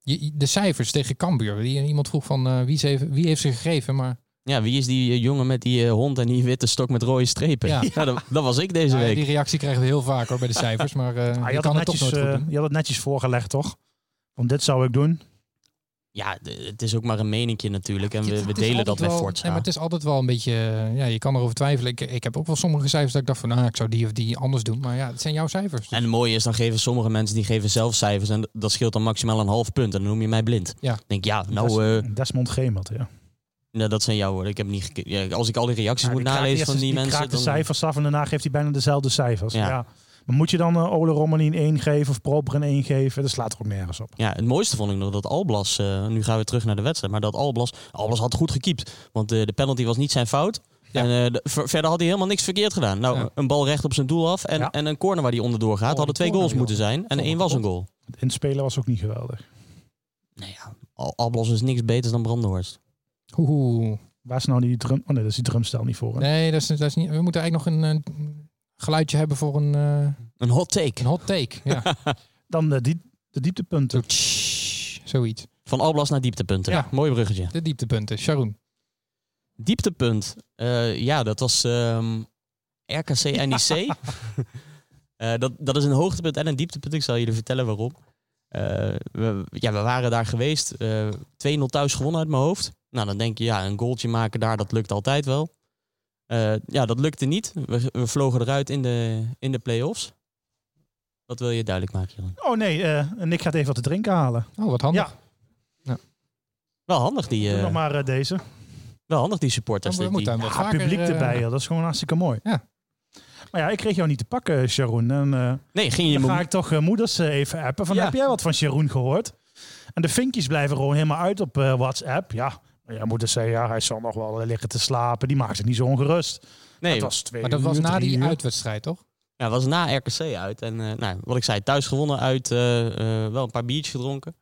C: je- je- de cijfers tegen Cambuur. Die- Iemand vroeg van eh, wie, ze heeft, wie heeft ze gegeven, maar
B: Ja, wie is die eh, jongen met die eh, hond en die witte stok met rode strepen?
C: Ja.
B: Ja, dat, dat was ik deze
C: Nou ja,
B: week.
C: die reactie krijgen we heel vaak hoor bij de cijfers. Maar eh
A: Ah,
C: je kan het toch nooit
A: eh,
C: goed doen.
A: je had het netjes voorgelegd, toch? Want dit zou ik doen.
B: Ja, de- het is ook maar een meninkje natuurlijk. En
C: Het-
B: we, we
C: het is
B: delen dat
C: altijd
B: met
C: wel-
B: Forza.
C: nee, maar het is altijd wel een beetje, eh, ja, je kan erover twijfelen. Ik, ik heb ook wel sommige cijfers dat ik dacht van, nou, ik zou die of die anders doen. Maar ja, het zijn jouw cijfers. dus.
B: En het mooie is, dan geven sommige mensen die geven zelf cijfers. En d- dat scheelt dan maximaal een half punt. En dan noem je mij blind.
C: Ja.
B: Dan denk ik, ja, nou, eh,
A: Desmond Gemert, ja.
B: nou, dat zijn jouw woorden. Ik heb niet geke- ja, Als ik al die
A: Ja,
B: reacties
C: Nou,
B: moet
A: die kraakt
B: nalezen
A: eerst-
B: van die, mensen.
A: kraakt de
B: dan-
A: cijfers af en daarna geeft hij bijna dezelfde cijfers.
B: Ja.
A: Ja. Maar moet je dan eh, Ole Romani een 1 geven of Proper een 1 geven? Dat slaat er ook nergens op.
B: Ja, het mooiste vond ik nog dat Alblas, eh, nu gaan we terug naar de wedstrijd, maar dat Alblas, Alblas had goed gekiept. Want eh, de penalty was niet zijn fout.
C: Ja.
B: En eh, de- ver- verder had hij helemaal niks verkeerd gedaan. Nou,
C: Ja. Oh,
B: een bal recht op zijn doel af en,
A: Ja.
B: en een corner waar hij onderdoor gaat.
C: die
B: hadden twee
C: corner,
B: goals moeten zijn en
C: Vond
B: één
C: ik
B: was een
C: goed.
B: goal.
A: Het inspelen was ook niet geweldig.
B: Nou ja, Al- Alblas is niks beters dan Brandenhorst.
C: Oeh.
A: Waar is nou die drum... Oh nee, dat is die drumstel niet voor. hè?
C: Nee, dat is, dat is niet. We moeten eigenlijk nog een, eh, geluidje hebben voor een, eh,
B: Een hot take
C: een hot take. Ja.
A: Dan de, die, de dieptepunten.
C: Zo, tsch, zoiets.
B: van Alblas naar dieptepunten.
C: Ja.
B: Mooi bruggetje.
C: De dieptepunten. Sharon.
B: Dieptepunt. Eh, ja, dat was ehm, RKC NEC. Eh, dat, dat is een hoogtepunt en een dieptepunt. Ik zal jullie vertellen waarom. Eh, we, ja, we waren daar geweest. eh 2-0 thuis gewonnen uit mijn hoofd. Nou, dan denk je, ja, een goaltje maken daar, dat lukt altijd wel. Eh, ja, dat lukte niet. We, we vlogen eruit in de, in de play-offs. Dat wil je duidelijk maken, Jeroen.
A: Oh nee, eh, en ik ga even wat te drinken halen.
C: Oh, wat handig.
A: Ja.
B: Wel handig die,
A: Doe
B: eh,
A: nog maar eh, deze.
B: wel handig die supporters.
C: Dan
B: dat
C: moet
B: die-
C: daar wat
A: Ja,
C: vaker,
A: publiek
C: eh,
A: erbij. joh. Dat is gewoon hartstikke mooi.
C: Ja.
A: Maar ja, ik kreeg jou niet te pakken, Sharon. En, eh,
B: Nee, ging je
A: dan ga
B: me...
A: ik toch eh, moeders eh, even appen. Van,
B: Ja.
A: Heb jij wat van Sharon gehoord? En de vinkjes blijven gewoon helemaal uit op eh, WhatsApp. Ja, ja moeder zei, ja, hij zal nog wel eh, liggen te slapen. Die maakt zich niet zo ongerust.
B: Nee,
A: het was twee
C: Maar dat was
A: uur,
C: na
A: drie
C: die
A: uur.
C: uitwedstrijd, toch?
B: Ja, Nou, was na RKC uit. En eh, nou, wat ik zei, thuis gewonnen uit. eh, eh, wel een paar biertjes gedronken.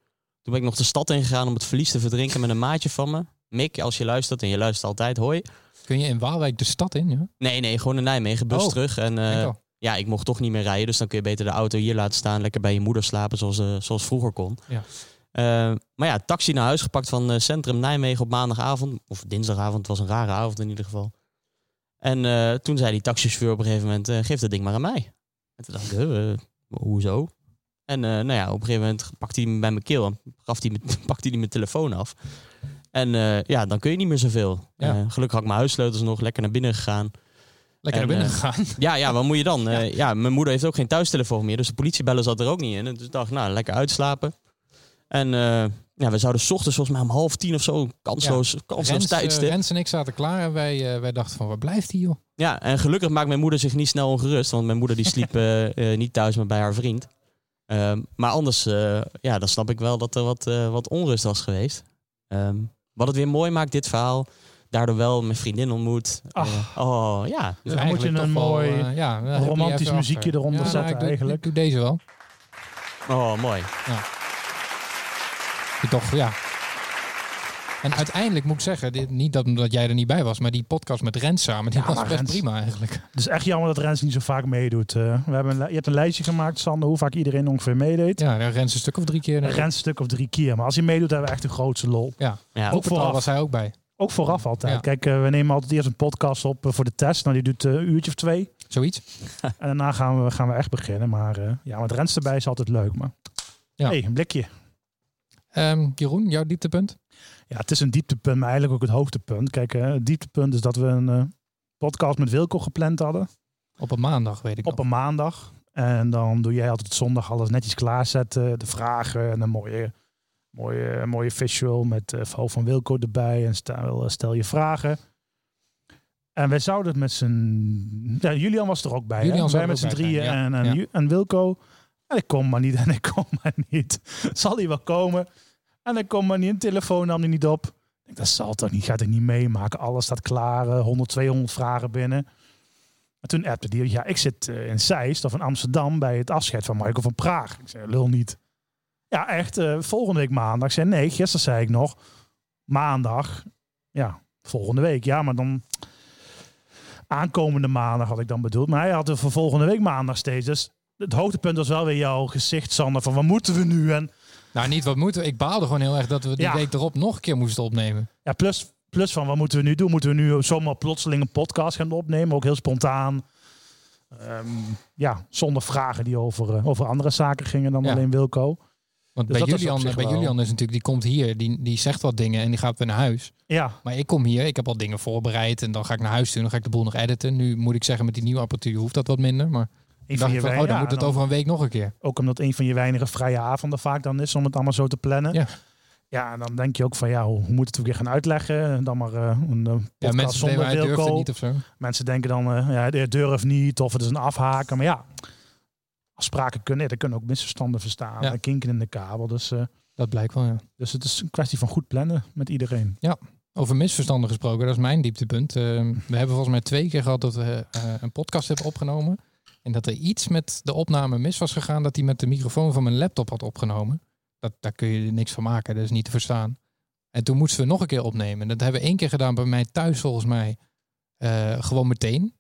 B: Toen ben ik nog de stad ingegaan om het verlies te verdrinken met een maatje van me. Mick, als je luistert, en je luistert altijd, hoi.
C: Kun je in Waalwijk de stad in? Ja?
B: Nee, nee, gewoon naar Nijmegen, bus
C: Oh,
B: terug. En eh,
C: Denk al.
B: ja, ik mocht toch niet meer rijden. Dus dan kun je beter de auto hier laten staan. Lekker bij je moeder slapen, zoals, eh, zoals vroeger kon.
C: Ja.
B: Eh, maar ja, taxi naar huis gepakt van eh, Centrum Nijmegen op maandagavond. Of dinsdagavond, het was een rare avond in ieder geval. En eh, toen zei die taxichauffeur op een gegeven moment, eh, geef dat ding maar aan mij. En toen dacht ik, huh, eh, hoezo? En eh, nou ja, op een gegeven moment pakt hij me bij mijn keel en gaf hij me, pakt hij die mijn telefoon af. En eh, ja, dan kun je niet meer zoveel.
C: Ja.
B: Eh, gelukkig had ik mijn huissleutels nog lekker naar binnen gegaan.
C: Lekker
B: en,
C: naar binnen
B: eh,
C: gegaan.
B: Ja, ja, wat moet je dan? Eh, ja. mijn moeder heeft ook geen thuistelefoon meer, dus de politiebellen zat er ook niet in. En dus ik dacht, nou, lekker uitslapen. En eh, ja, we zouden 's ochtends volgens mij om half tien of zo, kansloos, kansloos
C: Rens,
B: tijdstip.
C: eh, Rens en ik zaten klaar en wij, eh, wij dachten van, waar blijft hij joh?
B: ja, en gelukkig maakt mijn moeder zich niet snel ongerust, want mijn moeder die sliep eh, eh, niet thuis, maar bij haar vriend. Eh, Ehm, maar anders, eh, ja, dan snap ik wel dat er wat, eh, wat onrust was geweest. Ehm, wat het weer mooi maakt, dit verhaal. Daardoor wel mijn vriendin ontmoet. Eh, oh, ja.
A: Dus dan moet je
C: eigenlijk
A: een
C: toch wel,
A: mooi
C: eh, ja, dan heb je
A: romantisch
C: even
A: muziekje
C: achter.
A: eronder
C: Ja, nou,
A: zetten
C: ik doe-
A: eigenlijk.
C: Ik doe deze wel.
B: Oh, mooi.
C: Ik Toch, ja. En uiteindelijk moet ik zeggen, dit, niet dat, omdat jij er niet bij was, maar die podcast met Rens samen, die
A: Ja,
C: was
A: maar
C: best
A: Rens-
C: prima eigenlijk.
A: Het is echt jammer dat Rens niet zo vaak meedoet. eh. we hebben een, li- je hebt een lijstje gemaakt, Sander, hoe vaak iedereen ongeveer meedeed.
C: Ja, nou, Rens een stuk of drie keer.
A: Een Rens een stuk of drie keer. Maar als hij meedoet, hebben we echt de grootste lol.
B: Ja,
A: Ook
C: Oppertal
A: vooraf.
C: was hij ook bij.
A: Ook vooraf altijd.
C: Ja.
A: Kijk, eh, we nemen altijd eerst een podcast op eh, voor de test. Nou, die duurt eh, een uurtje of twee.
C: Zoiets.
A: En daarna gaan we, gaan we echt beginnen. Maar eh, ja, met Rens erbij is altijd leuk. Maar
C: Ja.
A: hey, een blikje.
C: Ehm, Jeroen, jouw dieptepunt?
A: Ja, het is een dieptepunt, maar eigenlijk ook het hoogtepunt. Kijk, eh, het dieptepunt is dat we een eh, podcast met Wilco gepland hadden.
C: Op een maandag, weet ik
A: Op een maandag. En dan doe jij altijd zondag alles netjes klaarzetten. De vragen en een mooie, mooie, mooie visual met eh verhaal van Wilco erbij. En stel, stel je vragen. En wij zouden het met z'n... Ja, Julian was er ook bij. hè?
C: Julian zou
A: wij
C: er
A: met z'n
C: ook bij
A: drieën
C: zijn, ja.
A: en, en,
C: Ja.
A: Ju- en Wilco. En ik kom maar niet en ik kom maar niet. Zal hij wel komen? En ik kom maar niet. Een telefoon nam hij niet op. Ik denk, dat zal toch niet. Gaat hij niet meemaken. Alles staat klaar. eh, 100, 200 vragen binnen. En toen appte die, ja, ik zit eh, in Zeist of in Amsterdam bij het afscheid van Michael van Praag. Ik zei, lul niet. Ja, echt, eh, volgende week maandag. Ik zei, nee, gisteren zei ik nog, maandag, ja, volgende week. Ja, maar dan aankomende maandag had ik dan bedoeld. Maar hij had het voor volgende week maandag steeds. Dus het hoogtepunt was wel weer jouw gezicht, Sander, van wat moeten we nu? En
C: Nou, niet wat moeten. we. Ik baalde gewoon heel erg dat we die
A: Ja.
C: week erop nog een keer moesten opnemen.
A: ja, plus, plus van wat moeten we nu doen? Moeten we nu zomaar plotseling een podcast gaan opnemen? Ook heel spontaan. Ehm, ja, zonder vragen die over, eh, over andere zaken gingen dan
C: Ja.
A: alleen Wilco.
C: Want
A: Dus
C: bij,
A: dat is
C: Julian,
A: op zich
C: bij
A: wel-
C: Julian is natuurlijk, die komt hier, die, die zegt wat dingen en die gaat weer naar huis.
A: Ja,
C: Maar ik kom hier, ik heb al dingen voorbereid en dan ga ik naar huis toe en dan ga ik de boel nog editen. Nu moet ik zeggen, met die nieuwe apparatuur hoeft dat wat minder. Maar
A: een
C: ik
A: van
C: dacht
A: je
C: ik van, oh,
A: wei-
C: dan
A: ja,
C: moet het
A: dan-
C: over een week nog een keer.
A: Ook omdat een van je weinige vrije avonden vaak dan is om het allemaal zo te plannen.
C: Ja.
A: Ja, en dan denk je ook van ja, hoe, hoe moet het ook weer gaan uitleggen? En Dan maar eh, een eh, podcast
C: Ja, mensen
A: zonder
C: zonder hij durft
A: Wilco.
C: het niet of zo.
A: Mensen denken dan, eh, ja, hij durft niet of het is een afhaken. Maar ja, afspraken kunnen, er kunnen ook misverstanden verstaan.
C: Ja.
A: en Kinken in de kabel. Dus, eh,
C: Dat blijkt wel, ja.
A: dus het is een kwestie van goed plannen met iedereen.
C: Over misverstanden gesproken, dat is mijn dieptepunt. Eh, we hebben volgens mij twee keer gehad dat we eh, een podcast hebben opgenomen. En dat er iets met de opname mis was gegaan, dat hij met de microfoon van mijn laptop had opgenomen. Dat, daar kun je niks van maken, dat is niet te verstaan. En toen moesten we nog een keer opnemen. Dat hebben we één keer gedaan bij mij thuis volgens mij, eh, gewoon meteen.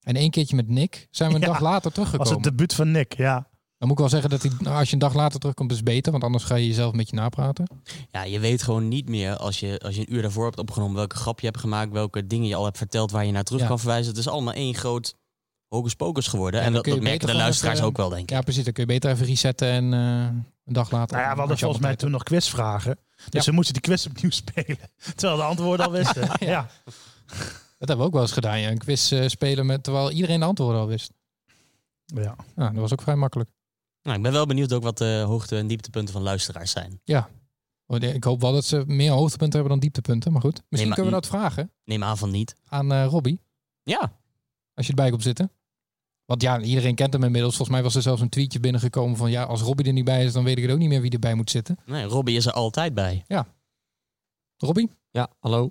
C: En één keertje met Nick zijn we een
A: Ja,
C: dag later
A: Was
C: teruggekomen.
A: het debuut van Nick, ja. Nou
C: Dan moet ik wel zeggen dat hij, nou, als je een dag later terugkomt is het beter, want anders ga je jezelf met je napraten.
B: Ja, je weet gewoon niet meer als je, als je een uur daarvoor hebt opgenomen welke grap je hebt gemaakt, welke dingen je al hebt verteld waar je naar terug
C: Ja.
B: kan verwijzen. Het is allemaal één groot hocus pocus geworden.
C: Ja,
B: en dat,
C: dan kun je
B: dat merken de
C: beter gewoon
B: luisteraars
C: even-
B: ook wel, denk ik.
C: Ja, precies. Dan kun je beter even resetten en eh, een dag later.
A: Nou ja, we hadden
C: had je
A: volgens
C: allemaal
A: mij
C: tijd.
A: toen nog quizvragen. Dus
C: Ja.
A: ze moesten die quiz opnieuw spelen. Terwijl de antwoorden al wisten. ja.
C: Dat hebben we ook wel eens gedaan. Ja. Een quiz eh, spelen met, terwijl iedereen de antwoorden al wist.
A: ja.
C: Nou, dat was ook vrij makkelijk.
B: Nou, ik ben wel benieuwd ook wat de hoogte- en dieptepunten van luisteraars zijn.
C: Want Oh, Ik hoop wel dat ze meer hoogtepunten hebben dan dieptepunten. Maar goed, misschien
B: maar-
C: kunnen we dat vragen
B: Neem aan van niet.
C: aan eh Robbie.
B: Ja,
C: Als je erbij komt zitten. Want ja, iedereen kent hem inmiddels. Volgens mij was er zelfs een tweetje binnengekomen van... ja, als Robbie er niet bij is, dan weet ik het ook niet meer wie erbij moet zitten.
B: nee, Robbie is er altijd bij.
C: Robbie?
B: Ja, hallo.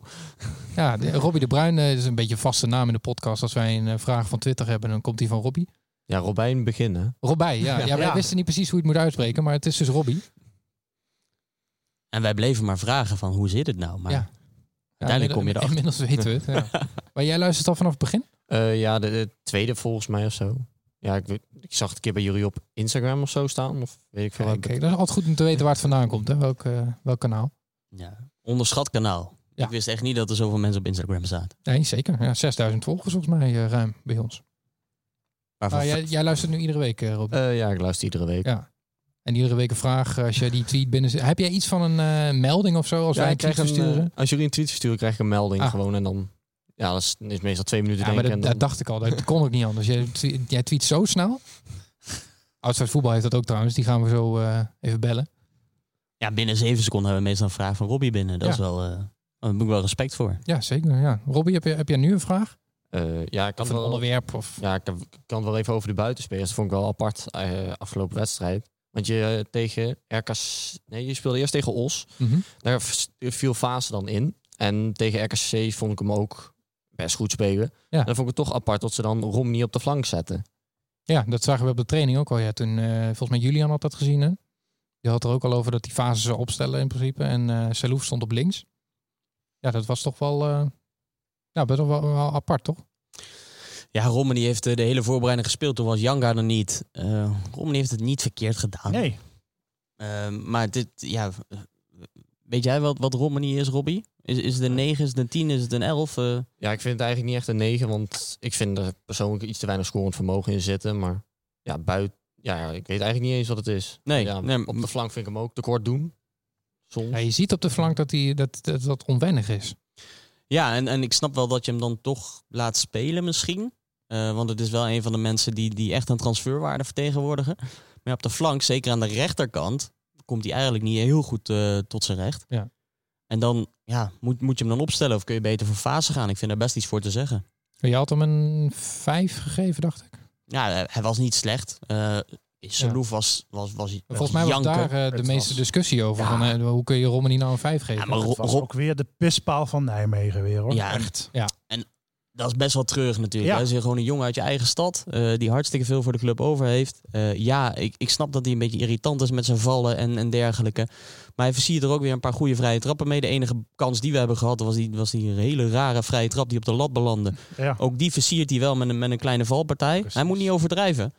C: Ja, de- Robbie de Bruin eh, is een beetje een vaste naam in de podcast. Als wij een eh, vraag van Twitter hebben, dan komt die van Robbie.
H: Ja, Robijn beginnen.
C: Robbie, ja. ja, wij
A: Ja.
C: wisten niet precies hoe je het moet uitspreken, maar het is dus Robbie.
B: En wij bleven maar vragen van hoe zit het nou? Maar
C: Ja. Ja,
B: Uiteindelijk kom je
C: inmiddel-
B: erachter.
C: Inmiddels weten we het, ja. Maar jij luistert al vanaf het begin?
H: Eh, ja, de, de tweede volgens mij of zo. Ja, ik, weet- ik zag het een keer bij jullie op Instagram of zo staan. Of weet ik veel.
C: Kijk,
H: wat.
C: kijk, dat is altijd goed om te weten waar het vandaan komt, hè? Welk, eh, welk kanaal.
B: ja, onderschat kanaal.
C: Ja.
B: Ik wist echt niet dat er zoveel mensen op Instagram zaten.
C: Nee, zeker. Ja, 6000 volgers volgens mij eh, ruim bij ons.
B: Waarvan
C: Maar jij, jij luistert nu iedere week, eh, Rob.
H: Eh, ja, ik luister iedere week.
C: Ja. En iedere week een vraag eh, als jij die tweet binnen zit. Heb jij iets van een eh, melding of zo als
H: Ja,
C: wij een
H: ik krijg
C: tweet
H: een,
C: versturen?
H: eh, als jullie een tweet versturen, krijg ik een melding
C: Ah.
H: gewoon. En dan... Ja, dat is, is meestal twee minuten
C: ja, maar
H: denken.
C: dat,
H: en
C: dat
H: dan-
C: dacht ik al. Dat kon ook niet anders. Jij, twe- jij tweet zo snel. Oudside voetbal heeft dat ook trouwens. Die gaan we zo eh, even bellen.
B: Ja, binnen zeven seconden hebben we meestal een vraag van Robbie binnen. Dat
C: Ja.
B: is wel, eh daar moet ik wel respect voor.
C: Ja, zeker. Ja. Robbie, heb, je, heb jij nu een vraag?
H: Eh, ja, ik kan
C: Of een
H: wel...
C: onderwerp? Of...
H: Ja, ik heb- ik kan het wel even over de buitenspelers. Dat vond ik wel apart eh, afgelopen wedstrijd. Want je eh, tegen RKC... Nee, je speelde eerst tegen Os.
C: Mhm.
H: Daar v- viel Fase dan in. En tegen RKC vond ik hem ook best goed spelen.
C: Ja.
H: En dan vond ik het toch apart dat ze dan Romney op de flank zetten.
C: Ja, dat zagen we op de training ook al. Ja, toen, eh, volgens mij Julian had dat gezien. Hè? Die had er ook al over dat die fases zou opstellen in principe. En eh Selouf stond op links. Ja, dat was toch wel, eh, ja, best wel, wel apart, toch?
B: Ja, Romney heeft eh, de hele voorbereiding gespeeld. Toen was Janga er niet. Eh Romney heeft het niet verkeerd gedaan.
A: Nee.
B: Eh, maar dit, ja... eh, Weet jij wat, wat Romney is, Robbie? Is, is het een 9, is het een 10, is het een 11? Eh,
H: Ja, ik vind het eigenlijk niet echt een 9, want ik vind er persoonlijk iets te weinig scorend vermogen in zitten. Maar ja, buiten. Ja, ja, ik weet eigenlijk niet eens wat het is.
B: nee,
H: ja,
B: nee,
H: op de flank vind ik hem ook tekort doen. Soms.
C: Ja, je ziet op de flank dat die, dat, dat, dat onwennig is.
B: Ja, en, en ik snap wel dat je hem dan toch laat spelen misschien. Eh, want het is wel een van de mensen die, die echt een transferwaarde vertegenwoordigen. Maar ja, op de flank, zeker aan de rechterkant, komt hij eigenlijk niet heel goed eh, tot zijn recht.
C: Ja.
B: En dan ja, moet, moet je hem dan opstellen of kun je beter voor fase gaan? Ik vind daar best iets voor te zeggen.
C: Je had hem een 5 gegeven, dacht ik.
B: Ja, eh, hij was niet slecht. Eh Selouf was, was, was, was
C: Volgens mij was
B: janken.
C: daar eh, de
A: Het
C: meeste
A: was-
C: discussie over.
B: Ja.
C: Van, eh, hoe kun je Romney nou een 5 geven?
B: Ja, maar Ro-
A: Het was
B: Rob-
A: ook weer de pispaal van Nijmegen weer hoor.
B: Ja,
A: echt.
B: Dat is best wel treurig natuurlijk.
A: Ja.
B: Hij is hier gewoon een jongen uit je eigen stad. eh, die hartstikke veel voor de club over heeft. Eh, ja, ik, ik snap dat hij een beetje irritant is met zijn vallen en, en dergelijke. Maar hij versiert er ook weer een paar goede vrije trappen mee. De enige kans die we hebben gehad was die, was die hele rare vrije trap die op de lat belandde.
A: Ja.
B: Ook die versiert hij wel met een, met een kleine valpartij.
A: Precies.
B: Hij moet niet overdrijven.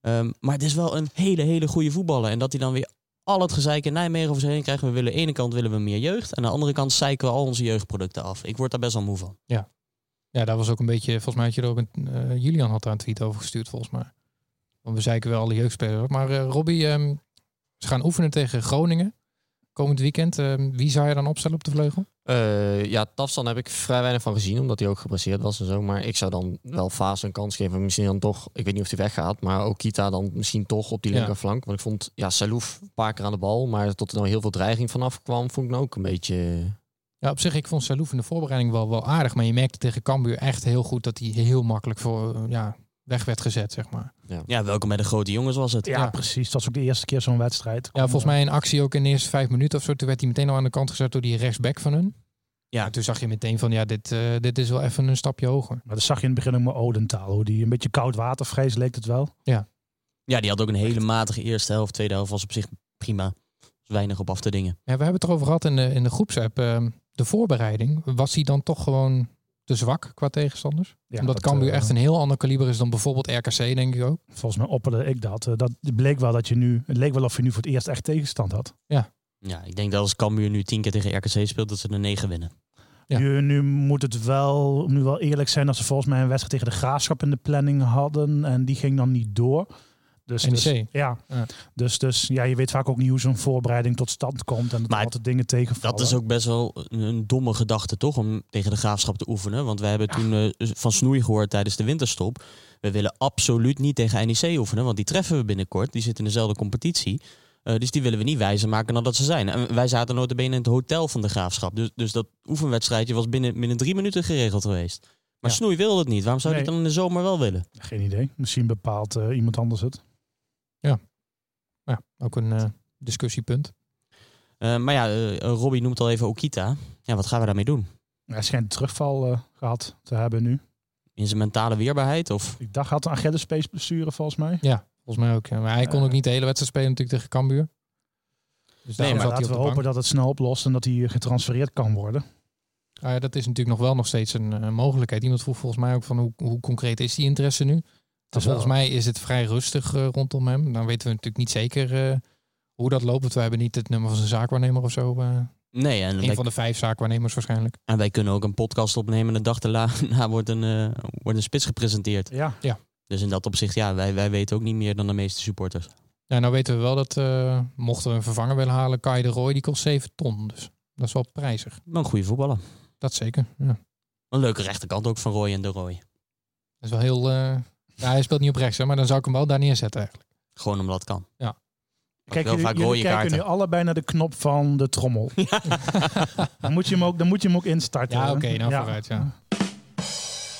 B: Ehm, maar het is wel een hele, hele goede voetballer. En dat hij dan weer al het gezeik in Nijmegen over zich heen krijgt. We willen aan de ene kant willen we meer jeugd. En aan de andere kant zeiken we al onze jeugdproducten af. Ik word daar best wel moe van.
C: Ja, daar was ook een beetje, volgens mij had je er ook een, eh, Julian had daar een tweet over gestuurd, volgens mij. Want we zeiken wel alle jeugdspelers. op. Maar eh Robbie, ehm, ze gaan oefenen tegen Groningen komend weekend. Ehm, wie zou je dan opstellen op de vleugel?
H: Eh, ja, Tafsan heb ik vrij weinig van gezien, omdat hij ook geblesseerd was en zo. Maar ik zou dan wel Fase een kans geven. Misschien dan toch, ik weet niet of hij weggaat, maar Okita dan misschien toch op die
C: Ja.
H: linkerflank. Want ik vond, ja, Salouf een paar keer aan de bal, maar tot er nou heel veel dreiging vanaf kwam, vond ik hem ook een beetje...
C: Ja, op zich, ik vond Salouf in de voorbereiding wel, wel aardig. Maar je merkte tegen Cambuur echt heel goed dat hij heel makkelijk voor, eh, ja, weg werd gezet, zeg maar.
B: Ja, welkom bij de grote jongens was het.
A: Ja,
C: Ja.
A: precies. Dat was ook de eerste keer zo'n wedstrijd.
C: Ja, volgens mij een actie ook in de eerste vijf minuten of zo. Toen werd hij meteen al aan de kant gezet door die rechtsback van hun.
B: Ja.
C: En toen zag je meteen van, ja, dit, eh, dit is wel even een stapje hoger.
A: Maar dat zag je in het begin ook met Odentaal. Hoe die een beetje koud watervrees leek het wel.
B: Ja, die had ook een hele matige eerste helft. Tweede helft was op zich prima. Was weinig op af te dingen.
C: Ja, we hebben het erover gehad in de, in de groepsapp. ehm, de voorbereiding, was die dan toch gewoon te zwak qua tegenstanders?
A: Ja, eh,
C: Omdat
A: kan
C: Cambuur echt een heel ander kaliber is dan bijvoorbeeld RKC, denk ik ook.
A: Volgens mij opperde ik dat. Eh, dat bleek wel dat je nu... Het leek wel of je nu voor het eerst echt tegenstand had.
B: Ja, ik denk dat als Cambuur nu tien keer tegen RKC speelt, dat ze er negen winnen.
C: Ja.
A: Nu, nu moet het wel, nu wel eerlijk zijn dat ze volgens mij een wedstrijd tegen de Graafschap in de planning hadden. En die ging dan niet door. Dus,
C: NEC.
A: dus, ja.
C: Ja.
A: Dus, dus ja, je weet vaak ook niet hoe zo'n voorbereiding tot stand komt. En dat
B: Maar
A: er altijd dingen tegenvallen.
B: Dat is ook best wel een, een domme gedachte, toch? Om tegen de graafschap te oefenen. Want wij hebben toen eh, van Snoei gehoord tijdens de winterstop. We willen absoluut niet tegen NEC oefenen, want die treffen we binnenkort. Die zitten in dezelfde competitie. Eh, dus die willen we niet wijzer maken dan dat ze zijn. En wij zaten nota bene in het hotel van de graafschap. Dus, dus dat oefenwedstrijdje was binnen, binnen drie minuten geregeld geweest. Maar
A: Ja.
B: Snoei wilde het niet. Waarom zou hij
A: Nee.
B: het dan in de zomer wel willen?
A: Geen idee. Misschien bepaalt eh, iemand anders het.
C: Ja, ook een eh, discussiepunt.
B: Eh, maar ja, eh, Robbie noemt al even Okita. Ja, wat gaan we daarmee doen?
A: Hij schijnt terugval eh, gehad te hebben nu.
B: In zijn mentale weerbaarheid? Of
A: Ik dacht, had een Achillespees blessure volgens mij.
C: Volgens mij ook. ja. Maar hij kon ook niet de hele wedstrijd spelen natuurlijk tegen Cambuur. Dus
A: Eh. Nee,
C: daarom
A: maar
C: zat
A: laten
C: hij op
A: we
C: de
A: hopen
C: bank.
A: dat het snel oplost en dat hij eh, getransfereerd kan worden.
C: Ah ja, dat is natuurlijk nog wel nog steeds een eh, mogelijkheid. Iemand vroeg volgens mij ook van hoe, hoe concreet is die interesse nu? Dus
A: wel-
C: volgens mij is het vrij rustig eh, rondom hem. Dan weten we natuurlijk niet zeker eh, hoe dat loopt. Want we hebben niet het nummer van zijn zaakwaarnemer of zo. eh,
B: nee, en
C: een
B: wij,
C: van de vijf zaakwaarnemers waarschijnlijk.
B: en wij kunnen ook een podcast opnemen. En de dag daarna wordt een, eh, wordt een spits gepresenteerd.
A: Ja,
B: Dus in dat opzicht, ja, wij, wij weten ook niet meer dan de meeste supporters.
C: Ja, nou weten we wel dat eh, mochten we een vervanger willen halen, Kai de Roy, die kost 7 ton. Dus dat is wel prijzig.
B: Maar een goede voetballer.
C: Dat zeker. Ja. Dat
B: Een leuke rechterkant ook van Roy en de Roy.
C: is wel heel... eh, ja, hij speelt niet op rechts, hè, maar dan zou ik hem wel daar neerzetten eigenlijk.
B: Gewoon omdat het kan.
C: Ja.
B: Kijk,
A: Kijk,
B: wel
A: jullie,
B: vaak
A: jullie
B: rode
A: kijken
B: kaarten.
A: nu allebei naar de knop van de trommel. dan, moet je hem ook, dan moet je hem ook instarten.
C: Ja,
A: hè?
C: oké, nou vooruit, ja.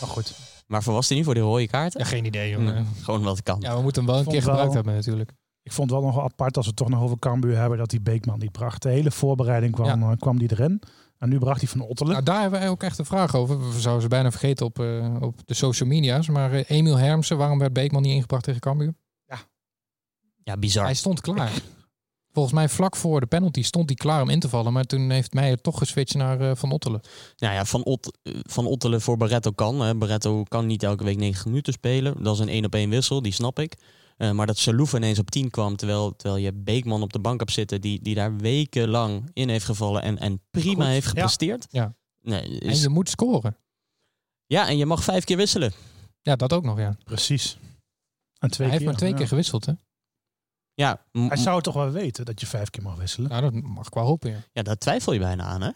A: Maar goed,
B: Maar voor was hij niet voor die rode kaarten?
C: Ja, geen idee,
B: Nee,
C: jongen.
B: Gewoon omdat het kan.
C: Ja, we moeten hem wel een
A: Vond
C: keer
A: wel-
C: gebruikt hebben natuurlijk.
A: Ik vond het wel nog apart als we het toch nog over Cambuur hebben dat die Beekman niet bracht. De hele voorbereiding kwam, eh, kwam die erin. En nu bracht hij van Ottelen.
C: Nou, daar hebben wij ook echt een vraag over. We zouden ze bijna vergeten op, eh, op de social media's. Maar eh, Emiel Hermsen, waarom werd Beekman niet ingebracht tegen Cambuur?
B: Ja, bizar.
C: Hij stond klaar. Volgens mij vlak voor de penalty stond hij klaar om in te vallen. Maar toen heeft Meijer toch geswitcht naar eh, Van Ottelen.
B: Nou ja, van, Ot- eh, van Ottelen voor Barretto kan. Hè. Barretto kan niet elke week 90 minuten spelen. Dat is een één op één wissel, die snap ik. Eh, maar dat Salouf ineens op 10 kwam, terwijl, terwijl je Beekman op de bank hebt zitten, die, die daar wekenlang in heeft gevallen en, en prima
A: Goed,
B: heeft
A: ja.
B: gepresteerd.
C: Ja.
B: Nee,
C: En
B: is-
C: je moet scoren.
B: ja, en je mag vijf keer wisselen.
C: Ja, dat ook nog, ja.
A: Precies. En twee
C: Hij heeft
A: keer,
C: maar twee
A: ja.
C: keer gewisseld, hè?
B: Ja, m-
A: Hij zou toch wel weten dat je vijf keer mag wisselen.
C: Nou, dat mag ik wel hopen, ja.
B: ja, daar twijfel je bijna aan, hè?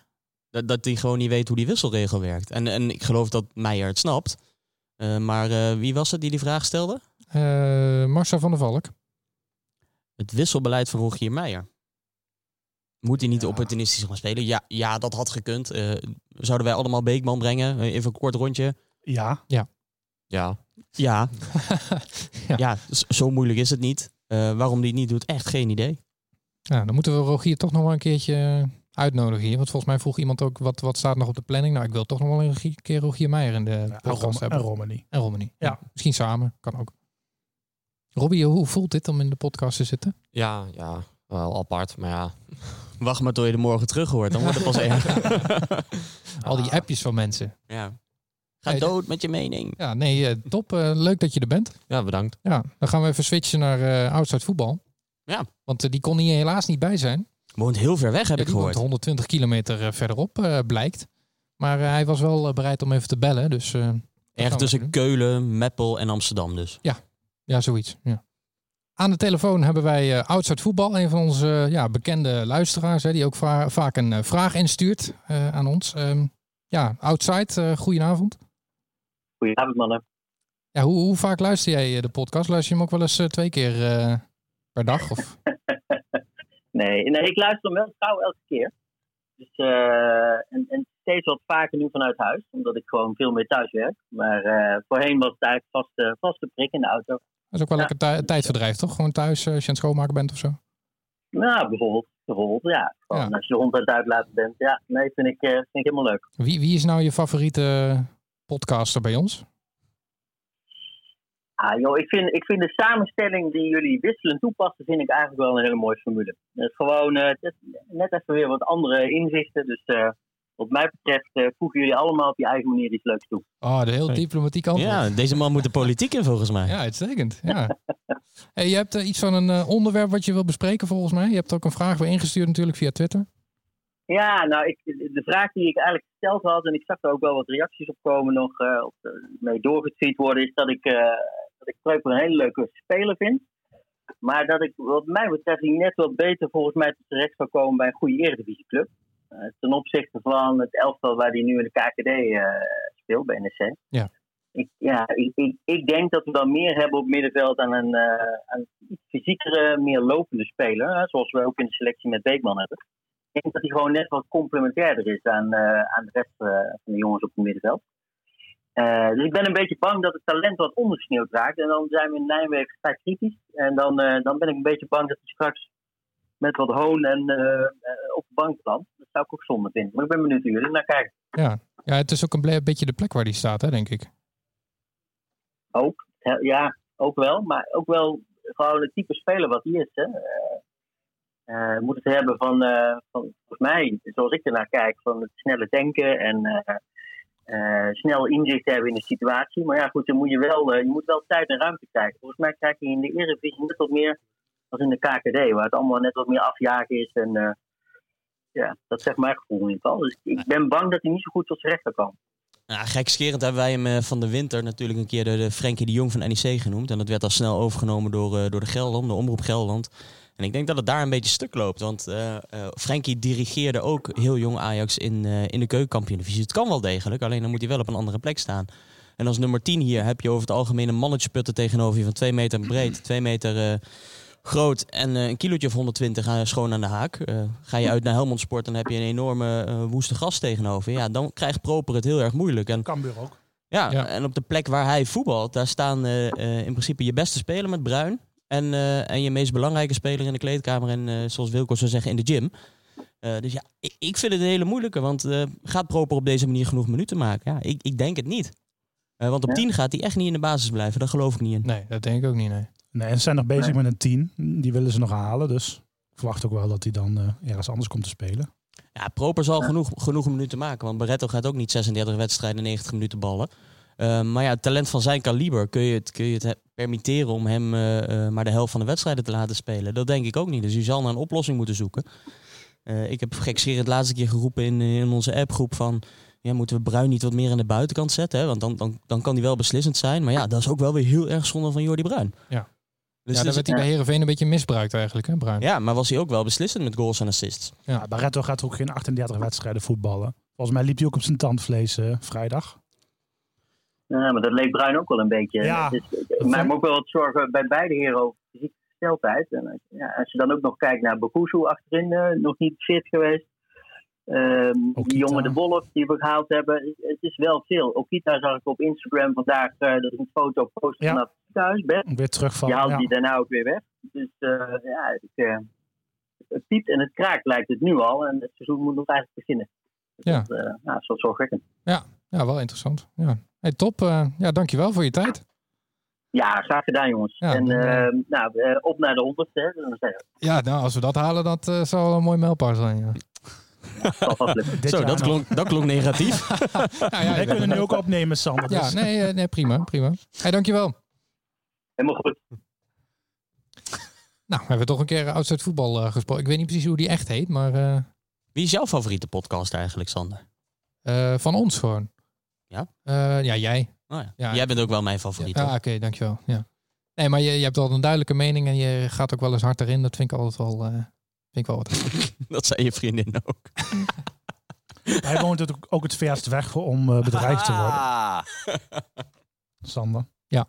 B: Dat, dat hij gewoon niet weet hoe die wisselregel werkt. En, en ik geloof dat Meijer het snapt. Eh, maar eh, wie was het die die vraag stelde?
C: Eh, Marcel van der Valk.
B: Het wisselbeleid van Rogier Meijer. Moet hij niet
C: Ja.
B: opportunistisch gaan spelen? Ja, ja, dat had gekund. Eh, zouden wij allemaal Beekman brengen? Eh, even een kort rondje.
A: Ja,
H: Ja,
B: Ja,
C: ja.
B: ja z- zo moeilijk is het niet. Eh, waarom die het niet doet, echt geen idee.
C: Nou, dan moeten we Rogier toch nog wel een keertje eh, uitnodigen hier. Want volgens mij vroeg iemand ook, wat, wat staat nog op de planning? Nou, ik wil toch nog wel een Rogier- keer Rogier Meijer in de
A: en
C: podcast
A: Rom- en
C: hebben.
A: Romani.
C: En Romani.
A: Ja.
C: Misschien samen, kan ook. Robbie, hoe voelt dit om in de podcast te zitten?
H: ja, ja. Wel apart, maar ja.
B: Wacht maar tot je er morgen terug hoort. Dan wordt het pas erg.
C: Al die appjes van mensen.
B: Ja. Ga
C: Nee, dat-
B: dood met je mening.
C: Ja, nee, eh, top. eh, leuk dat je er bent.
H: Ja, bedankt.
C: Ja, dan gaan we even switchen naar eh outside voetbal.
B: Ja.
C: Want eh, die kon hier helaas niet bij zijn.
B: Woont heel ver weg, heb
C: Ja,
B: ik
C: die
B: gehoord.
C: woont 120 kilometer eh, verderop, eh, blijkt. Maar eh, hij was wel eh, bereid om even te bellen. Dus eh, Dat gaan
B: Erg
C: we
B: tussen
C: doen.
B: Keulen, Meppel en Amsterdam dus.
C: Ja, zoiets. Ja. Aan de telefoon hebben wij eh Outside Voetbal, een van onze eh, ja, bekende luisteraars, hè, die ook va- vaak een eh, vraag instuurt eh, aan ons. Ehm, ja, Outside, eh, goedenavond.
I: Goedenavond, mannen.
C: Ja, hoe, hoe vaak luister jij eh, de podcast? Luister je hem ook wel eens eh, twee keer eh, per dag? Of?
I: Nee, nee, ik luister hem wel trouw elke keer. Dus, eh, en, en steeds wat vaker nu vanuit huis, omdat ik gewoon veel meer thuis werk. Maar eh, voorheen was het eigenlijk vaste, vaste prik in de auto.
C: Dat is ook wel
I: Ja.
C: lekker tij- tijdverdrijf, toch? Gewoon thuis eh, als je aan het schoonmaken bent of zo.
I: Nou, bijvoorbeeld, bijvoorbeeld ja. Gewoon
C: Ja.
I: Als je de hond aan het uitlaten bent. Ja, nee, vind ik, eh, vind ik helemaal leuk.
C: Wie, wie is nou je favoriete podcaster bij ons?
I: Ah, joh, ik, vind, ik vind de samenstelling die jullie wisselend toepassen, vind ik eigenlijk wel een hele mooie formule. Het is gewoon eh, het is net even weer wat andere inzichten. Dus eh, wat mij betreft eh, voegen jullie allemaal op je eigen manier iets leuks toe.
C: Oh, de heel
B: Hey.
C: diplomatieke antwoord.
B: Ja, deze man moet de politiek in volgens mij.
C: Ja, uitstekend. Ja. Hey, je hebt eh, iets van een eh, onderwerp wat je wil bespreken volgens mij. Je hebt ook een vraag weer ingestuurd natuurlijk via Twitter.
I: Ja, nou, ik, de vraag die ik eigenlijk gesteld had, en ik zag er ook wel wat reacties op komen nog, eh, of er mee doorgetweet worden, is dat ik, eh dat ik Preuper een hele leuke speler vind. Maar dat ik, wat mij betreft, die net wat beter volgens mij terecht zou komen bij een goede Eredivisieclub. Eh, ten opzichte van het elftal waar hij nu in de KKD eh, speelt, bij NSC.
C: Ja.
I: Ik, ja, ik, ik, ik denk dat we dan meer hebben op middenveld aan een, eh, aan een iets fysiekere, meer lopende speler. hè, zoals we ook in de selectie met Beekman hebben ik denk dat hij gewoon net wat complementairder is aan, eh, aan de rest eh, van de jongens op het middenveld. Eh, dus ik ben een beetje bang dat het talent wat ondergesneeuwd raakt. En dan zijn we in Nijmegen vrij kritisch. En dan, eh, dan ben ik een beetje bang dat hij straks met wat hoon en eh, eh, op de bank landt. Dat zou ik ook zonde vinden. Maar ik ben benieuwd hoe jullie naar kijken.
C: Ja, het is ook een ble- beetje de plek waar die staat, hè, denk ik.
I: Ook, hè, ja, ook wel. Maar ook wel gewoon het type speler wat hij is. Hè. Eh, eh, moet het hebben van, eh, van, volgens mij, zoals ik ernaar kijk, van het snelle denken en eh, eh, snel inzicht hebben in de situatie. Maar ja, goed, dan moet je wel, eh, je moet wel tijd en ruimte kijken. Volgens mij kijk je in de Eredivisie net wat meer als in de KKD, waar het allemaal net wat meer afjagen is. En eh, ja, dat zegt mijn gevoel in ieder geval. Dus ik ben bang dat hij niet zo goed tot zijn recht kan komen.
B: Nou, gekscherend hebben wij hem eh, van de winter natuurlijk een keer de, de Frenkie de Jong van NEC genoemd. En dat werd al snel overgenomen door, eh, door de Gelderland, de Omroep Gelderland. En ik denk dat het daar een beetje stuk loopt. Want eh eh, Frenkie dirigeerde ook heel jong Ajax in, eh, in de keukenkampioen-divisie. Het kan wel degelijk, alleen dan moet hij wel op een andere plek staan. En als nummer 10 hier heb je over het algemeen een mannetje putten tegenover je van 2 meter breed, 2 meter eh, groot en eh, een kilootje of 120 aan- schoon aan de haak. Eh, ga je uit naar Helmond Sport, dan heb je een enorme eh, woeste gast tegenover. je. Ja, dan krijgt Proper het heel erg moeilijk. En
A: Cambuur ook.
B: ja,
C: Ja.
B: en op de plek waar hij voetbalt, daar staan eh, eh, in principe je beste speler met Bruin. En, eh, en je meest belangrijke speler in de kleedkamer en eh, zoals Wilco zou zeggen in de gym. Eh, dus ja, ik, ik vind het een hele moeilijke. Want eh, gaat Proper op deze manier genoeg minuten maken? Ja, ik, ik denk het niet. Eh, want op
I: Ja.
B: 10 gaat hij echt niet in de basis blijven. Daar geloof ik niet in.
C: Nee, dat denk ik ook niet, nee.
A: Nee, en ze zijn nog bezig
I: Nee.
A: met een 10. Die willen ze nog halen. Dus ik verwacht ook wel dat hij dan eh, ergens anders komt te spelen.
B: Ja, Proper zal genoeg, genoeg minuten maken. Want Barretto gaat ook niet 36 wedstrijden 90 minuten ballen. Eh, maar ja, het talent van zijn kaliber kun je het, kun je het he- permitteren om hem eh, eh, maar de helft van de wedstrijden te laten spelen. Dat denk ik ook niet. Dus je zal naar een oplossing moeten zoeken. Eh, ik heb gekserend de laatste keer geroepen in, eh, in onze appgroep van... Ja, moeten we Bruin niet wat meer aan de buitenkant zetten? Hè? Want dan, dan, dan kan hij wel beslissend zijn. Maar ja, dat is ook wel weer heel erg zonde van Jordi Bruin.
C: Ja.
B: Dus dus-
C: ja, daar werd hij bij Heerenveen een beetje misbruikt eigenlijk, hè, Bruin?
B: ja, maar was hij ook wel beslissend met goals en assists.
A: Ja, Barretto gaat ook geen 38 wedstrijden voetballen. Volgens mij liep hij ook op zijn tandvlees eh, vrijdag.
I: Ja, maar dat leek Bruin ook wel een beetje.
A: Ja.
I: Dus, ik- ik maak me ook wel wat zorgen bij beide heren over fysieke gesteldheid. En als, ja, als je dan ook nog kijkt naar Bokusu achterin, eh, nog niet fit geweest. Ehm,
A: Okita.
I: die jongen de Wolf die we gehaald hebben, het is wel veel. Okita zag ik op Instagram vandaag, eh dat is een foto posten
A: Ja.
I: vanaf thuis. Best.
A: Ook Weer terug van...
I: Je haalt
A: ja.
I: die daarna ook weer weg. Dus eh, ja, ik, eh, het piept en het kraakt lijkt het nu al. En het seizoen moet nog eigenlijk beginnen. Dus
C: Ja.
I: Dat, eh, nou, dat is wel zorgwekkend.
C: Ja, wel interessant. Ja. Hey, top. eh, ja, dankjewel voor je tijd.
I: Ja, graag gedaan jongens.
C: Ja,
I: en
C: dan, eh,
I: eh, nou, eh, op naar de honderdste. hè. eh, Dan zeggen we,
C: Ja, nou, als we dat halen, dat eh, zou wel een mooi mijlpaal zijn, ja.
I: het zal vast lukken.
A: Dit
B: Zo,
A: jaar
B: dat
A: nog.
B: klonk, dat klonk negatief.
C: Nou ja,
A: Wij kunnen nu ook opnemen, Sander.
C: Ja,
A: dus-
C: nee, eh, nee, prima, prima. Hey, dankjewel.
I: Helemaal goed.
C: Nou, we hebben toch een keer eh, outside voetbal eh, gesproken. Ik weet niet precies hoe die echt heet, maar eh,
B: Wie is jouw favoriete podcast eigenlijk, Sander?
C: eh, van ons gewoon.
B: Ja?
C: Eh, ja, jij.
B: Oh ja.
C: Ja.
B: Jij bent ook wel mijn favoriet.
C: Ja, Ah,
B: hoor.
C: oké, dankjewel. Ja. Nee, maar je, je hebt wel een duidelijke mening en je gaat ook wel eens hard erin. Dat vind ik altijd wel, eh, vind ik wel wat.
B: Dat zei je vriendin ook.
A: Hij woont het ook- ook het verst weg voor- om eh, bedreigd te worden.
B: Ah.
A: Sander.
C: Ja.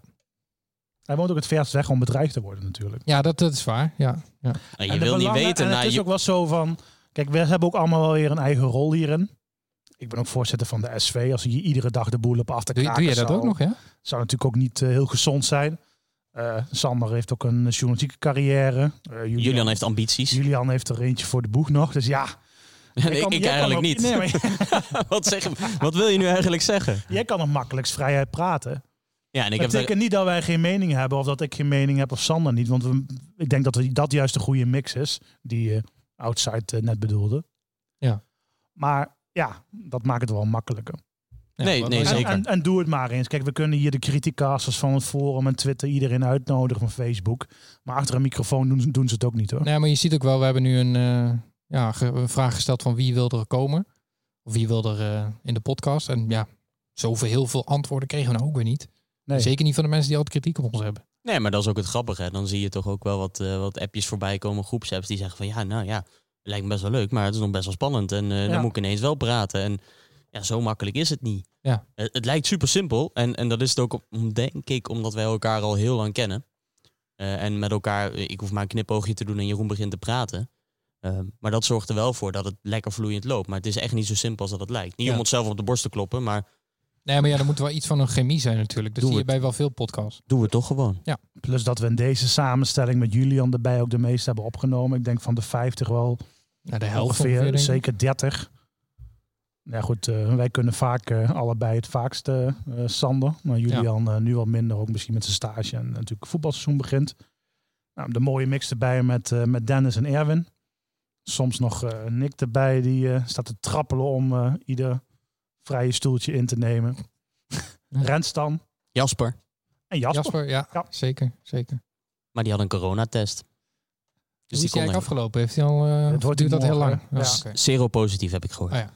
A: Hij woont ook het verst weg om bedreigd te worden natuurlijk.
C: Ja, dat, dat is waar. Ja, ja.
B: En je
A: En de
B: wil niet
A: belangen-
B: weten.
A: En
B: na
A: het is
B: je...
A: ook wel zo van... Kijk, we hebben ook allemaal wel weer een eigen rol hierin. Ik ben ook voorzitter van de SV. Als je iedere dag de boel op af te
C: Doe,
A: kraken
C: doe je dat
A: zou-
C: ook nog, ja?
A: Zou natuurlijk ook niet eh, heel gezond zijn. Eh, Sander heeft ook een journalistieke carrière. Eh, Julian,
B: Julian heeft ambities.
A: Julian heeft er eentje voor de boeg nog. Dus ja. jij
B: nee,
A: kan- jij
B: ik
A: kan
B: eigenlijk
A: ook-
B: niet.
A: Nee, maar
B: wat, zeg, wat wil je nu eigenlijk zeggen?
A: jij kan er makkelijkst vrijheid praten.
B: Ja, en ik
A: Ik dat
B: heb daar...
A: betekent niet dat wij geen mening hebben of dat ik geen mening heb of Sander niet. Want we, ik denk dat we- dat juist de goede mix is die eh Outside eh, net bedoelde.
C: Ja.
A: Maar ja, dat maakt het wel makkelijker.
C: Ja,
B: Nee,
C: wat-
B: nee,
C: wat-
A: En,
B: zeker.
A: en, en doe het maar eens. Kijk, we kunnen hier de criticasters van het forum en Twitter iedereen uitnodigen van Facebook. Maar achter een microfoon doen, ze- doen ze het ook niet hoor.
C: Nee, maar je ziet ook wel, we hebben nu een, eh, ja, ge- een vraag gesteld van wie wil er komen. Of wie wil er eh, in de podcast. En ja, zoveel heel veel antwoorden kregen we nou ook weer niet.
A: Nee.
C: Zeker niet van de mensen die altijd kritiek op ons hebben.
B: Nee, maar dat is ook het grappige. hè. Dan zie je toch ook wel wat, eh, wat appjes voorbij komen, groepsapps, die zeggen van ja, nou ja, lijkt me best wel leuk, maar het is nog best wel spannend. En eh,
A: Ja.
B: dan moet ik ineens wel praten. En ja, zo makkelijk is het niet. Eh,
C: Ja.
B: Het, het lijkt super simpel. En, en dat is het ook, om- denk ik, omdat wij elkaar al heel lang kennen. Eh, en met elkaar, eh, ik hoef maar een knipoogje te doen en Jeroen begint te praten. Eh, maar dat zorgt er wel voor dat het lekker vloeiend loopt. Maar het is echt niet zo simpel als dat het lijkt. Niet
C: Ja.
B: om onszelf op de borst te kloppen, maar
C: Nee, maar ja, er moet wel iets van een chemie zijn natuurlijk. Dat
B: Doe
C: zie
B: het.
C: je bij wel veel podcasts.
B: doen we het toch gewoon.
A: Plus dat we in deze samenstelling met Julian erbij ook de meeste hebben opgenomen. Ik denk van de 50 wel
C: Nou, de helft
A: ongeveer,
C: ongeveer, denk ik.
A: zeker 30. Ja goed, eh, wij kunnen vaak eh, allebei het vaakst eh, eh, Sander. Maar Julian eh, nu wat minder, ook misschien met zijn stage en natuurlijk voetbalseizoen begint. Nou, de mooie mix erbij met, eh, met Dennis en Erwin. Soms nog eh, Nick erbij, die eh, staat te trappelen om eh, ieder vrije stoeltje in te nemen. Renstan
B: Jasper,
A: en Jasper.
C: Jasper, ja,
A: Ja.
C: Zeker, zeker.
B: maar die had een coronatest.
C: Dus die is
B: kon
C: hij
B: er
C: eigenlijk
B: niet.
C: afgelopen? Heeft hij al... eh
A: Het wordt
C: duurt dat
A: morgen,
C: heel lang?
A: hè?
C: Ja,
A: Ja.
C: oké.
B: Seropositief heb ik gehoord.
C: Ah, ja.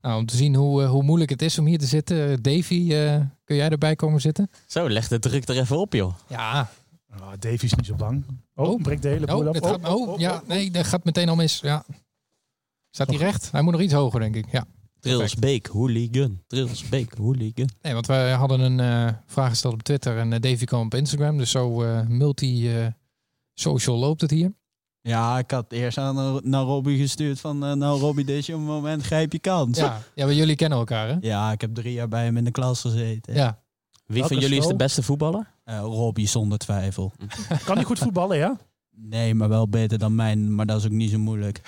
C: Nou, om te zien hoe, eh, hoe moeilijk het is om hier te zitten. Eh, Davy, eh, kun jij erbij komen zitten?
B: Zo, leg de druk er even op, joh.
C: Ja.
A: Ah, Davy is niet zo bang. Oh,
C: Oh.
A: breekt de hele boel
C: Oh,
A: op.
C: dit gaat, oh, ja. Nee, dat gaat meteen al mis. Ja. Staat hij recht? Hij moet nog iets hoger, denk ik. Ja.
B: Trills Beek, hooligan. Trills Beek, hooligan.
C: Nee, want wij hadden een eh, vraag gesteld op Twitter en eh, Davy kwam op Instagram. Dus zo multi-social loopt het hier.
J: Ja, ik had eerst aan, naar Robbie gestuurd van... eh, nou, Robbie, dit is een moment, grijp je kans.
C: Ja, ja maar jullie kennen elkaar, hè?
J: Ja, ik heb drie jaar bij hem in de klas gezeten.
C: Ja.
B: Wie van jullie is de beste voetballer?
H: Eh, Robbie zonder twijfel.
A: Kan hij goed voetballen, ja?
H: Nee, maar wel beter dan mijn. Maar dat is ook niet zo moeilijk.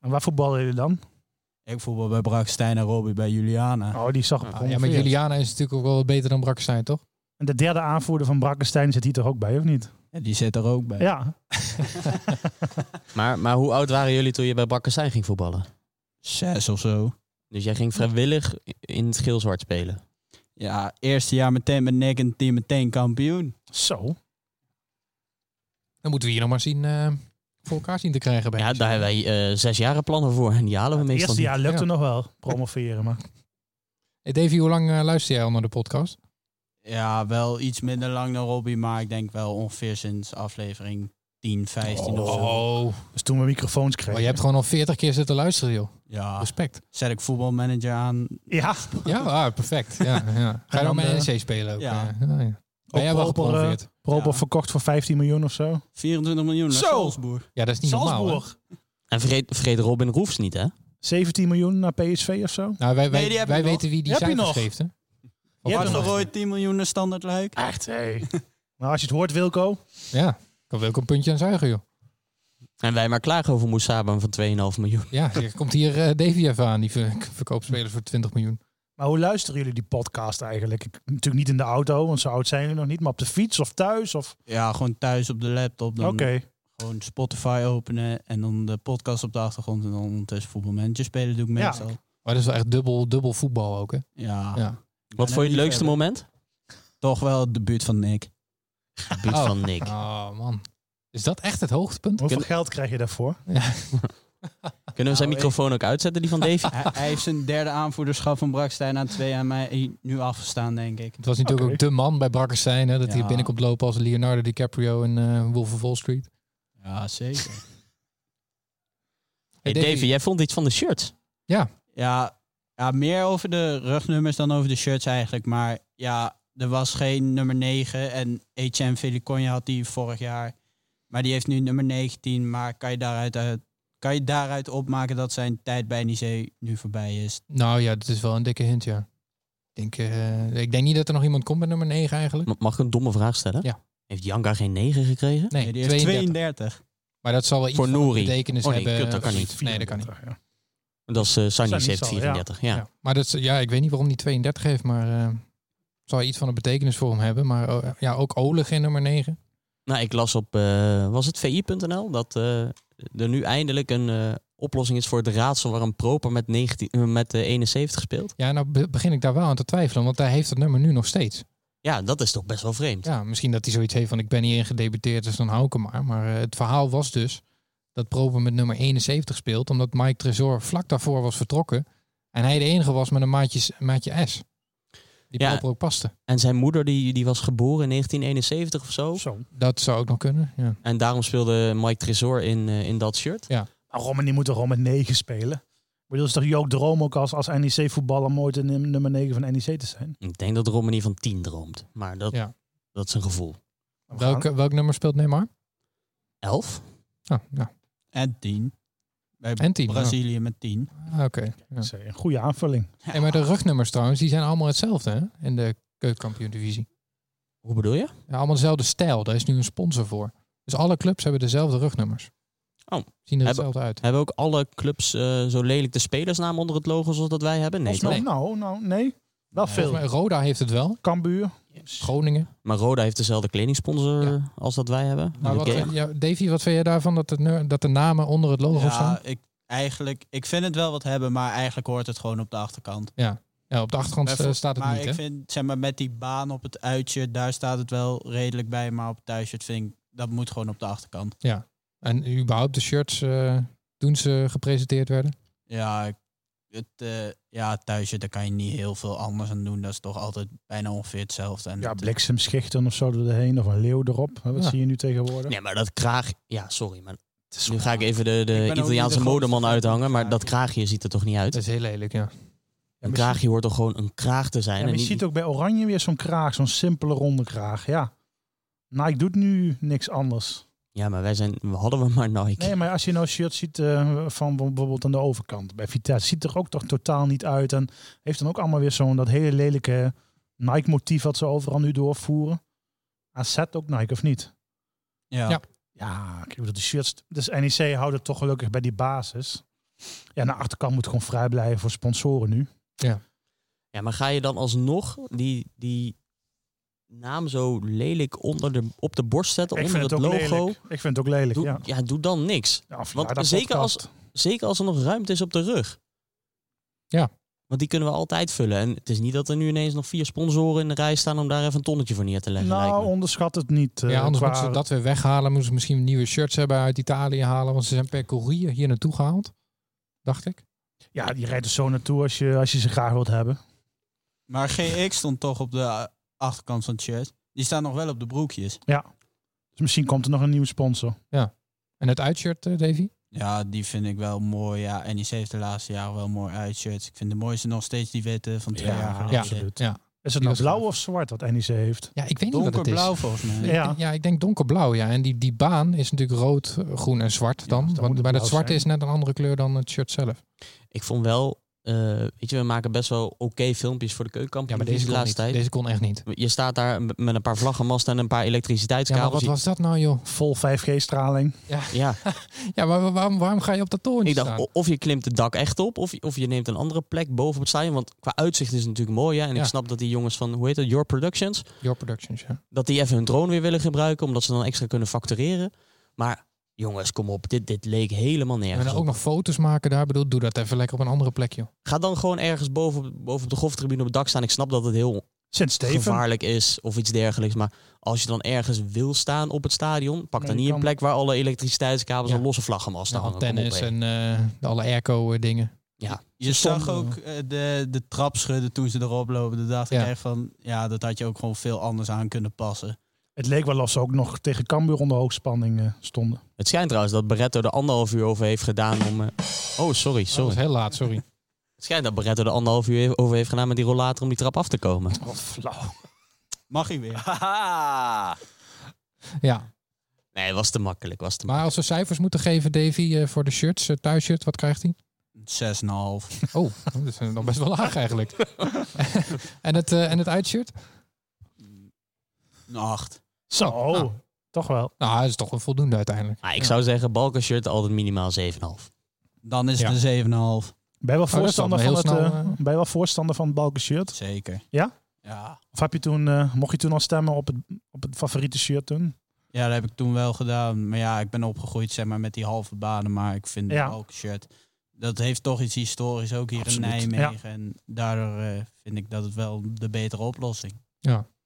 A: En waar voetballen jullie dan?
H: Ik voetbal bij Brakstein en Robbie bij Juliana.
A: Oh, die zag ik
C: Ah, ja, maar
A: ongeveer.
C: Juliana is natuurlijk ook wel beter dan Brakstein, toch?
A: En de derde aanvoerder van Brakkestein zit hier toch ook bij, of niet?
H: Ja, die zit er ook bij.
A: Ja.
B: Maar, maar hoe oud waren jullie toen je bij Bakkerstein ging voetballen?
H: Zes of zo.
B: Dus jij ging vrijwillig in het geel-zwart spelen.
H: Ja, eerste jaar meteen met nek en team meteen kampioen.
A: Zo.
C: Dan moeten we hier nog maar zien eh, voor elkaar zien te krijgen. Bij
B: Ja, daar hebben wij eh, zes jaren plannen voor en die halen we
A: Het
B: meestal
A: eerste
B: niet.
A: jaar lukte
C: Ja.
A: nog wel, promoveren. Maar
C: Hey, Davy, hoe lang eh, luister jij al naar de podcast?
H: Ja, wel iets minder lang dan Robbie, maar ik denk wel ongeveer sinds aflevering 10,
A: Oh,
H: 15
C: Oh.
H: of zo.
A: dus toen we microfoons kregen.
C: Maar je hebt gewoon al 40 keer zitten luisteren, joh.
H: Ja,
C: Respect.
H: Dus zet ik voetbalmanager aan.
A: Ja,
C: Ja, ah, perfect. Ja, ja. Ga
A: dan
C: je dan met
A: de-
C: NEC spelen ook?
H: Ja.
C: Ja. ja, ja. Ben jij wel
A: Op- op-
C: gepromoveerd?
A: Proper
H: Ja.
A: verkocht voor 15 miljoen of zo.
H: 24 miljoen naar
A: Zo!
H: Salzburg.
C: Ja, dat is niet normaal. hè?
A: Salzburg.
B: En vergeet, vergeet Robin Roefs niet, hè?
A: 17 miljoen naar PSV of zo.
C: Nou, wij, wij,
H: Nee, die heb
C: wij
H: je nog.
C: weten wie die
A: Heb je
C: cijfers
A: nog?
C: geeft, hè?
A: Je hebt
H: Bart
A: hem
H: van
A: nog.
H: Rooij 10 miljoen naar standaard luik.
A: Echt, hé. Nou, als je het hoort, Wilco.
C: Ja, kan wel ook een puntje aan zuigen, joh.
B: En wij maar klagen over Moesaba van 2,5 miljoen.
C: Ja, zeg, komt hier eh, Davy even aan, die ver- verkoopt spelers voor 20 miljoen.
A: Maar hoe luisteren jullie die podcast eigenlijk? Ik, natuurlijk niet in de auto, want zo oud zijn jullie nog niet. Maar op de fiets of thuis? Of...
H: Ja, gewoon thuis op de laptop. Dan
A: Oké.
H: gewoon Spotify openen en dan de podcast op de achtergrond. En dan ondertussen voetbalmanager spelen doe ik
A: Ja.
H: meestal. Ja.
C: Maar dat is wel echt dubbel, dubbel voetbal ook, hè?
H: ja.
C: Ja.
B: Wat vond je het leukste moment?
H: Toch wel de buurt van Nick.
B: Buurt
C: Oh.
B: van Nick.
C: Oh, man. Is dat echt het hoogtepunt?
A: Hoeveel geld krijg je daarvoor?
C: Ja.
B: Kunnen we zijn
H: Nou,
B: microfoon ook uitzetten, die van Davy?
H: hij, hij heeft zijn derde aanvoerderschap van Brakstein aan twee aan mij nu afgestaan, denk ik.
C: Het was natuurlijk
A: Oké.
C: ook de man bij Brakkerstein, hè? Dat hij
H: Ja.
C: binnenkomt lopen als Leonardo DiCaprio in eh Wolf of Wall Street.
H: Ja, zeker.
B: Hey,
C: Davy.
B: Davy, jij vond iets van de shirts.
H: ja, ja, meer over de rugnummers dan over de shirts eigenlijk. Maar ja, er was geen nummer 9. En HM Velikonja had die vorig jaar. Maar die heeft nu nummer 19. Maar kan je daaruit, uit, kan je daaruit opmaken dat zijn tijd bij NEC nu voorbij is?
C: Nou ja, dat is wel een dikke hint, ja. Ik denk, eh, ik denk niet dat er nog iemand komt bij nummer 9 eigenlijk.
B: Ma- Mag ik een domme vraag stellen?
C: Ja.
B: Heeft Janka geen 9 gekregen?
C: Nee,
H: die heeft
C: 32.
H: 32.
C: Maar dat zal wel iets
B: Voor
C: van een
B: Nouri.
C: betekenis
B: Oh nee,
C: hebben.
B: kut, dat kan
C: of
B: niet.
C: zoiets. Nee, dat kan niet.
A: 34, ja.
B: Dat is eh Sanjis
A: Sanjis
B: heeft
A: al, ja.
B: 34, ja.
C: Ja. Maar dat, is- ja, ik weet niet waarom die 32 heeft, maar eh, het zal iets van een betekenis voor hem hebben. Maar oh, ja, ook Oleg in nummer 9.
B: Nou, ik las op, eh, was het vi.nl, dat eh, er nu eindelijk een eh, oplossing is voor het raadsel waarom Proper met, 19, eh, met eh, 71 speelt.
C: Ja, nou be- begin ik daar wel aan te twijfelen, want hij heeft dat nummer nu nog steeds.
B: Ja, dat is toch best wel vreemd.
C: Ja, misschien dat hij zoiets heeft van ik ben hierin gedebuteerd, dus dan hou ik hem maar. Maar eh, het verhaal was dus dat Proper met nummer 71 speelt, omdat Mike Tresor vlak daarvoor was vertrokken. En hij de enige was met een maatje, maatje S. Die
B: Ja.
C: Proper ook paste.
B: En zijn moeder die, die was geboren in 1971 of zo.
A: Zo.
C: Dat zou ook nog kunnen, ja.
B: En daarom speelde Mike Tresor in, eh, in dat shirt.
A: Maar Rommen, Nou, die moet toch gewoon met 9 spelen? Ik bedoel, is toch jouw droom ook als, E als NEC-voetballer om ooit een nummer 9 van NEC te zijn?
B: Ik denk dat Romani van 10 droomt. Maar dat,
C: Ja.
B: dat is een gevoel.
A: Nou, We gaan-
C: Welk, eh, welk nummer speelt Neymar?
B: 11?
C: Oh, ja.
H: En 10. Bij
C: En 10. ja.
H: Brazilië met 10.
C: Ah, Oké. ja.
A: Dat is Een goede aanvulling.
C: Nee, maar de rugnummers trouwens, die zijn allemaal hetzelfde hè? in de keukenkampioen-divisie.
B: Hoe bedoel je?
C: Ja, allemaal dezelfde stijl, daar is nu een sponsor voor. Dus alle clubs hebben dezelfde rugnummers.
B: Oh.
C: Zien
B: Hebben-
C: er hetzelfde uit.
B: Hebben ook alle clubs eh, zo lelijk de spelersnaam onder het logo zoals dat wij hebben? Nee,
A: Of
B: toch?
A: nou, nou, nou, nee. Wel
C: Volgens
A: veel.
C: mij, Roda heeft het wel,
A: Kambuur.
C: Groningen.
B: Maar Roda heeft dezelfde kledingsponsor
C: Ja.
B: als dat wij hebben.
C: Maar wat,
B: Oké.
C: ja, Davy, wat vind je daarvan dat de, nu- dat de namen onder het logo staan?
H: Ja, ik, eigenlijk, ik vind het wel wat hebben, maar eigenlijk hoort het gewoon op de achterkant.
C: Ja, op de achtergrond
H: Maar
C: eh,
H: voor-
C: staat het
H: maar
C: niet,
H: ik
C: hè?
H: vind, zeg maar, met die baan op het uitshirt, daar staat het wel redelijk bij. Maar op het thuisshirt vind ik, dat moet gewoon op de achterkant.
C: En überhaupt de shirts eh, toen ze gepresenteerd werden.
H: Ja, ik- het, eh ja, het thuisshirt, daar kan je niet heel veel anders aan doen. Dat is toch altijd bijna ongeveer hetzelfde. En
A: Ja,
H: dat-
A: bliksemschichten of zo erheen. Of een leeuw erop. Hè, Wat
C: Ja.
A: zie je nu tegenwoordig?
B: Nee, maar dat kraag... Ja, sorry, maar nu ga ik even de,
H: ben
B: de
H: ook niet
B: Italiaanse
H: de grootste
B: modeman
H: fan van
B: uithangen. Maar
H: kraagjes.
B: dat kraagje ziet er toch niet uit?
C: Dat is heel lelijk, ja.
B: Een kraagje hoort toch gewoon een kraag te zijn?
A: Ja, maar
B: en
A: je
B: niet-
A: ziet ook bij Oranje weer zo'n kraag. Zo'n simpele ronde kraag. Ja. Nou, Nike doet nu niks anders.
B: ja, maar wij zijn... We hadden we maar Nike.
A: Nee, maar als je nou shirt ziet eh, van bijvoorbeeld aan de overkant bij Vitesse, ziet er ook toch totaal niet uit. En heeft dan ook allemaal weer zo'n dat hele lelijke Nike-motief wat ze overal nu doorvoeren. AZ ook Nike, of niet?
J: Ja. Ja.
A: Ja, ik bedoel, de shirts. Dus NEC houdt het toch gelukkig bij die basis. Ja, en de achterkant moet gewoon vrij blijven voor sponsoren nu.
B: Ja, maar ga je dan alsnog die, die naam zo lelijk onder de, op de borst zetten,
A: ik
B: onder
A: vind
B: het,
A: ook
B: logo?
A: lelijk. Ik vind het ook lelijk,
B: Doe,
A: ja.
B: doe dan niks.
A: Ja, of ja,
B: Want
A: dat
B: zeker, als,
A: podcast.
B: zeker als er nog ruimte is op de rug.
C: Ja.
B: Want die kunnen we altijd vullen. En het is niet dat er nu ineens nog vier sponsoren in de rij staan om daar even een tonnetje voor neer te leggen. lijkt
A: Nou,
B: me.
A: onderschat het niet. eh,
C: ja, anders
A: qua-
C: moeten ze dat weer weghalen. Moeten ze misschien nieuwe shirts hebben uit Italië halen. Want ze zijn per courier hier naartoe gehaald. Dacht ik.
A: Ja, die rijdt er zo naartoe als je, als je ze graag wilt hebben.
J: Maar GX stond toch op de eh, achterkant van het shirt. Die staan nog wel op de broekjes.
A: Dus misschien komt er nog een nieuwe sponsor.
C: En het uitshirt, eh, Davy?
J: Ja, die vind ik wel mooi. Ja, NEC heeft de laatste jaren wel mooi uitshirts. Ik vind de mooiste nog steeds die witte van twee
A: Ja,
J: jaar geleden.
C: Ja,
A: absoluut.
C: ja.
A: Is
C: Die
A: het nou
C: was
A: blauw
C: gaaf.
A: of zwart wat NEC heeft?
C: Ja, ik weet niet wat het is. Eh.
J: Donkerblauw volgens mij.
A: Ja.
C: Ja. ik denk donkerblauw, ja. En die, die baan is natuurlijk rood, eh, groen en zwart dan.
A: dus dan moet
C: want,
A: het
C: maar dat
A: blauw
C: zwarte
A: zijn.
C: is net een andere kleur dan het shirt zelf.
B: Ik vond wel, eh, weet je, we maken best wel oké filmpjes voor de
C: Ja,
B: keukenkampioen
C: maar deze
B: de
C: kon,
B: laatste
C: niet.
B: tijd.
C: deze kon echt niet.
B: Je staat daar m- met een paar vlaggenmasten en een paar
C: Ja, maar
B: elektriciteitskabels.
C: wat was dat nou, joh?
A: Vol 5G-straling.
B: Ja,
C: Ja, maar wa- waarom, waarom ga je op dat torentje
B: ik dacht, oh.
C: staan?
B: o- of je klimt het dak echt op, of, je- of je neemt een andere plek boven op het stadion. Want qua uitzicht is het natuurlijk mooi, ja. En
C: Ja.
B: ik snap dat die jongens van, hoe heet dat, Your Productions,
C: Your Productions, ja.
B: dat die even hun drone weer willen gebruiken, omdat ze dan extra kunnen factureren. Maar jongens, kom op, dit, dit leek helemaal
C: en
B: nergens
C: dan
B: op.
C: ook nog foto's maken daar. bedoel, doe dat even lekker op een andere plek, joh.
B: Ga dan gewoon ergens boven, op- boven op de golftribune op het dak staan. Ik snap dat het heel
A: Sint-Steven.
B: gevaarlijk is of iets dergelijks. Maar als je dan ergens wil staan op het stadion, pak
A: Nee, je
B: dan niet een
A: kan-
B: plek waar alle elektriciteitskabels
C: Ja.
B: en losse vlaggenmasten
C: Ja,
B: hangen. Kom op,
C: Nou, tennis
B: hé.
C: en eh, de alle airco-dingen.
B: ja. Dus
J: Je
C: Ze
J: zag
C: stonden-
J: ook eh, de, de trap schudden toen ze erop lopen. Daar dacht
C: Ja.
J: ik echt van, ja, dat had je ook gewoon veel anders aan kunnen passen.
A: Het leek wel of ze ook nog tegen Cambuur onder hoogspanning eh, stonden.
B: Het schijnt trouwens dat Barretto er anderhalf uur over heeft gedaan om... eh, Oh, sorry,
C: Dat was
B: sorry.
C: heel laat, sorry.
B: Het schijnt dat Barretto er anderhalf uur he- over heeft gedaan met die rollator om die trap af te komen.
A: Wat flauw.
J: Mag ik weer?
C: ja.
B: Nee, was te makkelijk, was te
C: Maar als we cijfers moeten geven, Davy, eh, voor de shirts, eh, thuisshirt, wat krijgt hij?
J: 6,5.
C: Oh, dat is nog best wel laag eigenlijk. en, het, eh, en het uitshirt?
J: Een 8.
A: Zo,
C: nou.
A: Oh, toch wel.
C: Nou, dat is toch een voldoende uiteindelijk.
B: makkelijk. Ah, ik
C: Ja.
B: zou zeggen, balkenshirt altijd minimaal 7,5.
J: Dan is
C: Ja.
J: het een 7,5.
A: Ben je wel
C: Oh, dat is
A: voorstander,
C: dan
A: van,
C: heel
A: het, eh,
C: snel, eh.
A: ben je wel voorstander van het Balkenshirt?
J: Zeker.
A: Ja?
J: Ja.
A: Of heb je toen, eh, mocht je toen al stemmen op het, op het favoriete shirt toen?
J: Ja, dat heb ik toen wel gedaan. Maar ja, ik ben opgegroeid zeg maar, met die halve banen. Maar ik
C: Nou,
J: vind
A: Ja.
J: elk shirt... Dat heeft toch iets historisch, ook hier
A: Absoluut,
J: in
C: Oh,
J: Nijmegen. En daardoor eh, vind ik dat het wel de betere oplossing.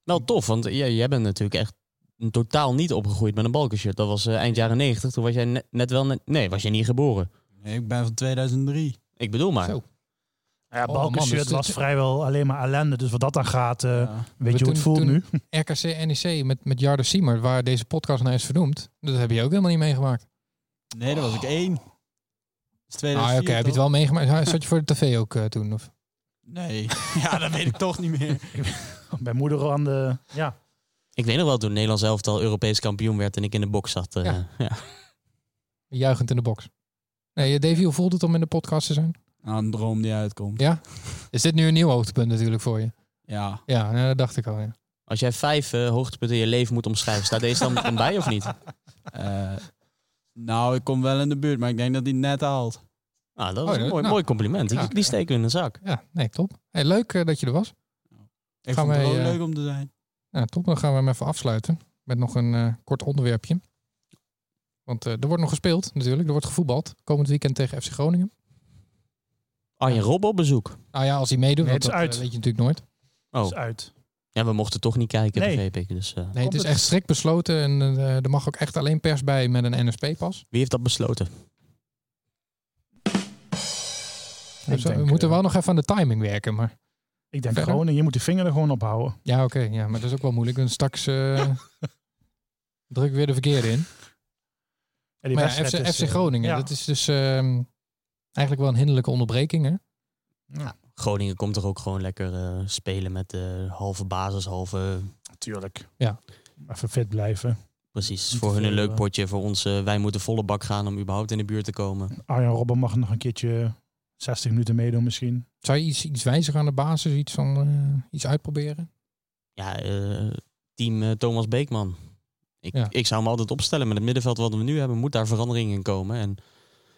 B: Wel tof, want jij, jij bent natuurlijk echt totaal niet opgegroeid met een balkenshirt. Dat was eh, eind jaren 90, toen was jij ne- net wel... net- nee, was jij niet geboren.
J: Nee, Ik ben van 2003.
B: Ik bedoel maar.
C: Zo.
A: Ja,
C: Oh, man,
A: Balkenshirt
C: dus dit-
A: was vrijwel alleen maar ellende. Dus wat dat dan gaat, eh,
J: Ja.
A: weet je hoe het
C: Toen-
A: voelt
C: toen-
A: nu?
C: RKC NEC E met, met Jardo Siemer, waar deze podcast naar is vernoemd. Dat heb je ook helemaal niet meegemaakt.
J: Nee, dat was ik één. Dat is
C: Oh. Ah,
J: 2004,
C: oké, heb je het
J: toch?
C: wel meegemaakt? Ja, Zat je voor de tv ook eh, toen? Of?
J: Nee, ja, dat weet ik toch niet meer.
A: Mijn moeder aan de... Ja,
B: Ik weet nog wel toen Nederland zelf al Europees kampioen werd en ik in de box zat. eh,
C: Ja.
B: ja.
C: Juichend in de box. Nee, eh, Davy, hoe voelt het om in de podcast te zijn?
J: Nou, een droom die uitkomt.
C: Ja? Is dit nu een nieuw hoogtepunt natuurlijk voor je?
J: Ja,
C: Ja, nou, dat dacht ik al. Ja.
B: Als jij vijf eh, hoogtepunten in je leven moet omschrijven, staat deze dan dan bij of niet?
J: eh, nou, ik kom wel in de buurt, maar ik denk dat hij het net haalt.
B: Nou, dat
C: Oh,
B: was een
C: dat-
B: mooi,
C: nou.
B: mooi compliment. Die,
C: Ja.
B: die steken we in de zak.
C: ja, nee, top. Hey, leuk eh, dat je er was.
J: Ik
C: Gaan
J: vond het
C: wij,
J: wel
C: eh,
J: leuk om te zijn.
C: Nou, top. Dan gaan we hem even afsluiten met nog een eh, kort onderwerpje. Want eh, er wordt nog gespeeld natuurlijk. Er wordt gevoetbald. Komend weekend tegen FC Groningen.
B: Arjen Rob op bezoek.
C: Nou ja, als hij meedoet,
A: Nee,
C: want
A: het is
C: dat eh,
A: uit.
C: weet je natuurlijk nooit.
B: Oh,
A: is uit.
B: ja, we mochten toch niet kijken,
A: Nee.
B: begreep ik. Dus, eh,
C: Nee, het
A: Komt
C: is
A: het?
C: echt strikt besloten en eh, er mag ook echt alleen pers bij met een NSP-pas.
B: wie heeft dat besloten?
A: Ik denk,
C: Dus, we moeten
A: eh,
C: wel nog even aan de timing werken. Maar...
A: Ik denk
C: Verder?
A: gewoon, eh, je moet de vinger er gewoon op houden.
C: Ja, oké. ja, maar dat is ook wel moeilijk. Dan straks eh, druk ik weer de verkeerde in.
A: En die
C: Maar ja,
A: wedstrijd
C: FC,
A: is,
C: FC
A: eh,
C: Groningen,
A: ja.
C: dat is dus ehm, eigenlijk wel een hinderlijke onderbreking. Hè?
B: Groningen komt toch ook gewoon lekker eh, spelen met eh, halve basis, halve...
A: Natuurlijk.
C: Ja.
A: Even fit blijven.
B: Precies,
A: Niet
B: voor
A: te
B: hun een
A: veel,
B: leuk
A: eh.
B: potje. Voor ons, eh, wij moeten volle bak gaan om überhaupt in de buurt te komen.
A: Arjen Robben mag nog een keertje 60 minuten meedoen misschien.
C: Zou je iets, iets wijzigen aan de basis? Iets, van, eh, iets uitproberen?
B: ja, eh, team eh, Thomas Beekman. Ik, ik zou hem altijd opstellen met het middenveld wat we nu hebben. Moet daar verandering in komen. En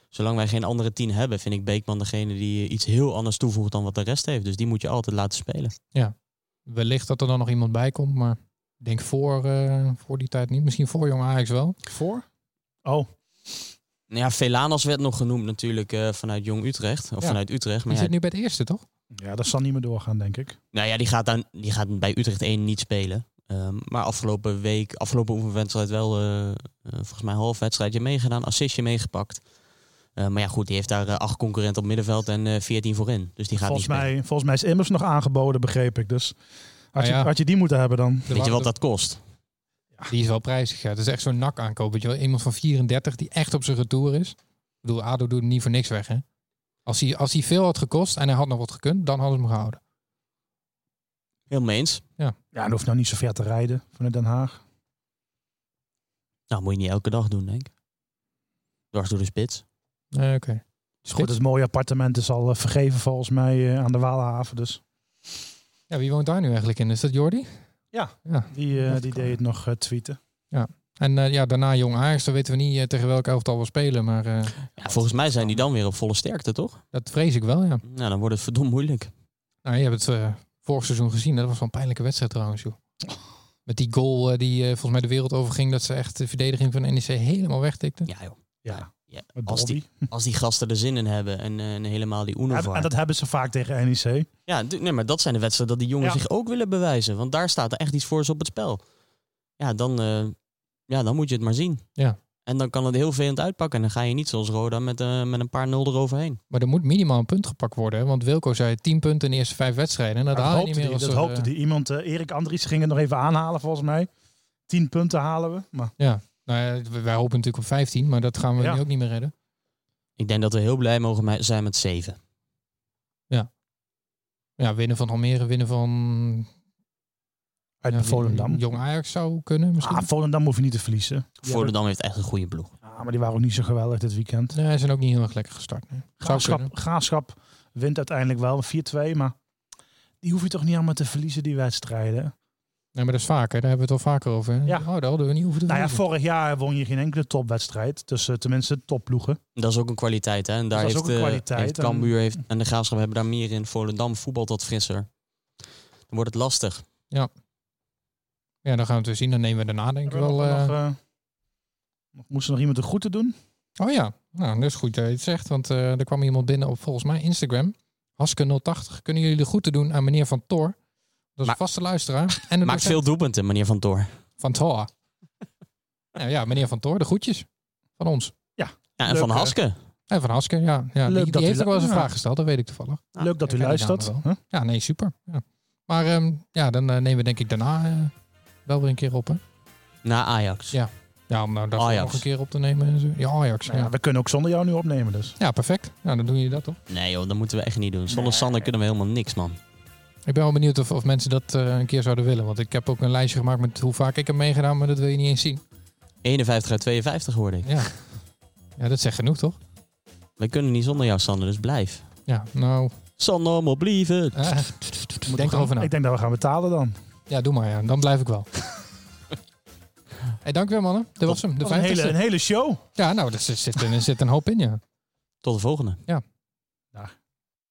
B: zolang wij geen andere tien hebben, vind ik Beekman degene die eh, iets heel anders toevoegt dan wat de rest heeft. Dus die moet je altijd laten spelen.
C: Ja. Wellicht dat er dan nog iemand bij komt, maar ik denk voor, eh, voor die tijd niet. Misschien voor jong Ajax wel. Voor?
A: Oh.
B: Nou Ja, Velanas werd nog genoemd natuurlijk eh, vanuit Jong Utrecht. Of
A: Ja.
B: vanuit Utrecht. Maar
A: Die
B: ja,
A: zit
C: Nu bij het eerste, toch?
A: Ja, dat zal niet meer doorgaan, denk ik.
B: Nou ja, die gaat, dan, die gaat bij Utrecht 1 niet spelen. Ehm, maar afgelopen week, afgelopen oefenwedstrijd wel, eh, eh, volgens mij half wedstrijdje meegedaan, assistje meegepakt. Eh, maar ja, goed, die heeft daar eh, acht concurrenten op middenveld en eh 14 voorin. Dus die gaat
A: Volgens
B: niet spelen.
A: mij, volgens mij is Immers nog aangeboden, begreep ik. Dus had je,
C: Ah, ja.
A: had je die moeten hebben dan.
B: Weet je wat dat kost?
C: Die is wel prijzig, ja. Dat is echt zo'n nak aankoop. Weet je wel, iemand van 34 die echt op zijn retour is. Ik bedoel, Ado doet het niet voor niks weg, hè. Als hij, als hij veel had gekost en hij had nog wat gekund, dan hadden ze hem gehouden.
B: Heel mee eens.
C: Ja.
A: Ja, en hoeft nou niet zo ver te rijden vanuit Den Haag.
B: Nou, moet je niet elke dag doen, denk ik. Dwars door de spits.
C: Nee, oké.
A: Is
C: Dus
A: goed, het mooie appartement is al eh, vergeven volgens mij eh, aan de Waalhaven. Dus
C: Ja, wie woont daar nu eigenlijk in? Is dat Jordi?
A: ja,
C: Ja.
A: die, eh, die deed het nog eh, tweeten.
C: Ja. En eh, ja, daarna Jong Ajax, dan weten we niet eh, tegen welk elftal we spelen. Maar eh,
B: Ja, volgens mij zijn die dan weer op volle sterkte, toch?
C: dat vrees ik wel, ja.
B: Nou, dan wordt het verdomd moeilijk.
C: Nou, je hebt het eh, vorig seizoen gezien. hè. Dat was wel een pijnlijke wedstrijd trouwens, joh. Met die goal eh, die eh, volgens mij de wereld overging. Dat ze echt de verdediging van NEC helemaal wegtikte.
B: Ja, joh.
A: Ja.
B: Ja,
A: Met
B: als, die, als die gasten er zin in hebben en, eh, en helemaal die Unovar.
A: En, en dat hebben ze vaak tegen E NEC.
B: Ja, d- nee, maar dat zijn de wedstrijden dat die jongens
A: Ja.
B: zich ook willen bewijzen. Want daar staat er echt iets voor ze op het spel. Ja dan, eh, ja, dan moet je het maar zien.
C: Ja.
B: En dan kan het heel vervelend uitpakken. En dan ga je niet zoals Roda met, eh, met een paar nul eroverheen.
C: Maar er moet minimaal een punt gepakt worden. hè. Want Wilco zei 10 punten in de eerste vijf wedstrijden. En dat,
A: Dat,
C: haal je niet
A: hoopte,
C: meer
A: die,
C: als
A: dat
C: er,
A: hoopte
C: eh,
A: die. Iemand, eh, Erik Andries ging het nog even aanhalen volgens mij. Tien punten halen we. Maar
C: Ja, nou, ja, wij- wij hopen natuurlijk op 15. Maar dat gaan we
A: Ja.
C: nu ook niet meer redden.
B: Ik denk dat we heel blij mogen me- zijn met zeven.
C: Ja, winnen van Almere, winnen van...
A: uit
C: ja,
A: Volendam.
C: Jong Ajax zou kunnen misschien.
A: Ah, Volendam hoef je niet te verliezen. Die hebben-
B: Volendam heeft echt een goede ploeg.
A: Ah, maar die waren ook niet zo geweldig dit weekend.
C: Nee, ze zijn ook niet heel erg lekker gestart. nee. Zou
A: Graafschap,
C: kunnen.
A: Graafschap wint uiteindelijk wel 4-2, maar die hoef je toch niet allemaal te verliezen, die wedstrijden.
C: Nee, maar dat is vaker. Daar hebben we het al vaker over. hè.
A: Ja.
C: Oh, daar hadden we niet hoeven te
A: Nou ja,
C: verliezen.
A: vorig jaar won je geen enkele topwedstrijd. Dus eh, tenminste topploegen.
B: Dat is ook een kwaliteit. Hè? En daar
A: Dat is
B: heeft,
A: ook een
B: eh,
A: kwaliteit.
B: heeft
A: En-
B: Cambuur heeft, en de Graafschap hebben daar meer in. Volendam voetbalt wat frisser. Dan wordt het lastig.
C: Ja, dan gaan we het weer zien. Dan nemen we daarna denk ik
A: Hebben we
C: wel...
A: nog-
C: eh,
A: nog, eh, nog- moest er nog iemand de groeten doen?
C: Oh ja, nou, dat is goed dat je het zegt. Want eh, er kwam iemand binnen op volgens mij Instagram. Haske080. Kunnen jullie de groeten doen aan meneer Van Tor? Dat is een vaste luisteraar. En een
B: Maakt
C: docent
B: veel doelpunten, meneer Van Toor.
C: Van Tor. nou ja, meneer Van Tor, de groetjes van ons.
B: Ja, en
A: Leuk,
B: Van
A: eh,
B: Haske.
C: En van Haske, ja. ja
A: Leuk
C: die
A: dat
C: die
A: u
C: heeft ook wel eens een
A: lu-
C: vraag gesteld, dat weet ik toevallig.
A: Leuk dat u
C: Ik ken die
A: luistert.
C: namen
A: Huh?
C: Ja, nee, super. Ja. Maar ehm, ja, dan eh, nemen we denk ik daarna eh, wel weer een keer op, hè?
B: Naar Ajax.
C: Ja. Ja, om nou daarvoor
B: Ajax.
C: nog een keer op te nemen. en zo. Ja, Ajax.
A: Nou ja,
C: ja.
A: we kunnen ook zonder jou nu opnemen dus.
C: ja, perfect. Nou, dan doen jullie dat, toch?
B: Nee joh, dat moeten we echt niet doen. Zonder Sander kunnen we helemaal niks, man.
C: Ik ben wel benieuwd of, of mensen dat eh, een keer zouden willen. Want ik heb ook een lijstje gemaakt met hoe vaak ik heb meegedaan, maar dat wil je niet eens zien.
B: 51 uit 52 hoorde ik.
C: Ja, ja dat zegt genoeg toch?
B: We kunnen niet zonder jou, Sander, dus blijf.
C: Ja, nou.
B: Sander, maar blijven.
C: eh, denk erover na.
A: Ik denk dat we gaan betalen dan.
C: Ja, doe maar. Ja. Dan blijf ik wel. hey, dank u wel, mannen. Dat was hem. De
A: Wat een, hele, een
C: vijftigste.
A: hele show.
C: Ja, nou, er zit, zit, er zit een hoop in, ja.
B: Tot de volgende.
C: ja.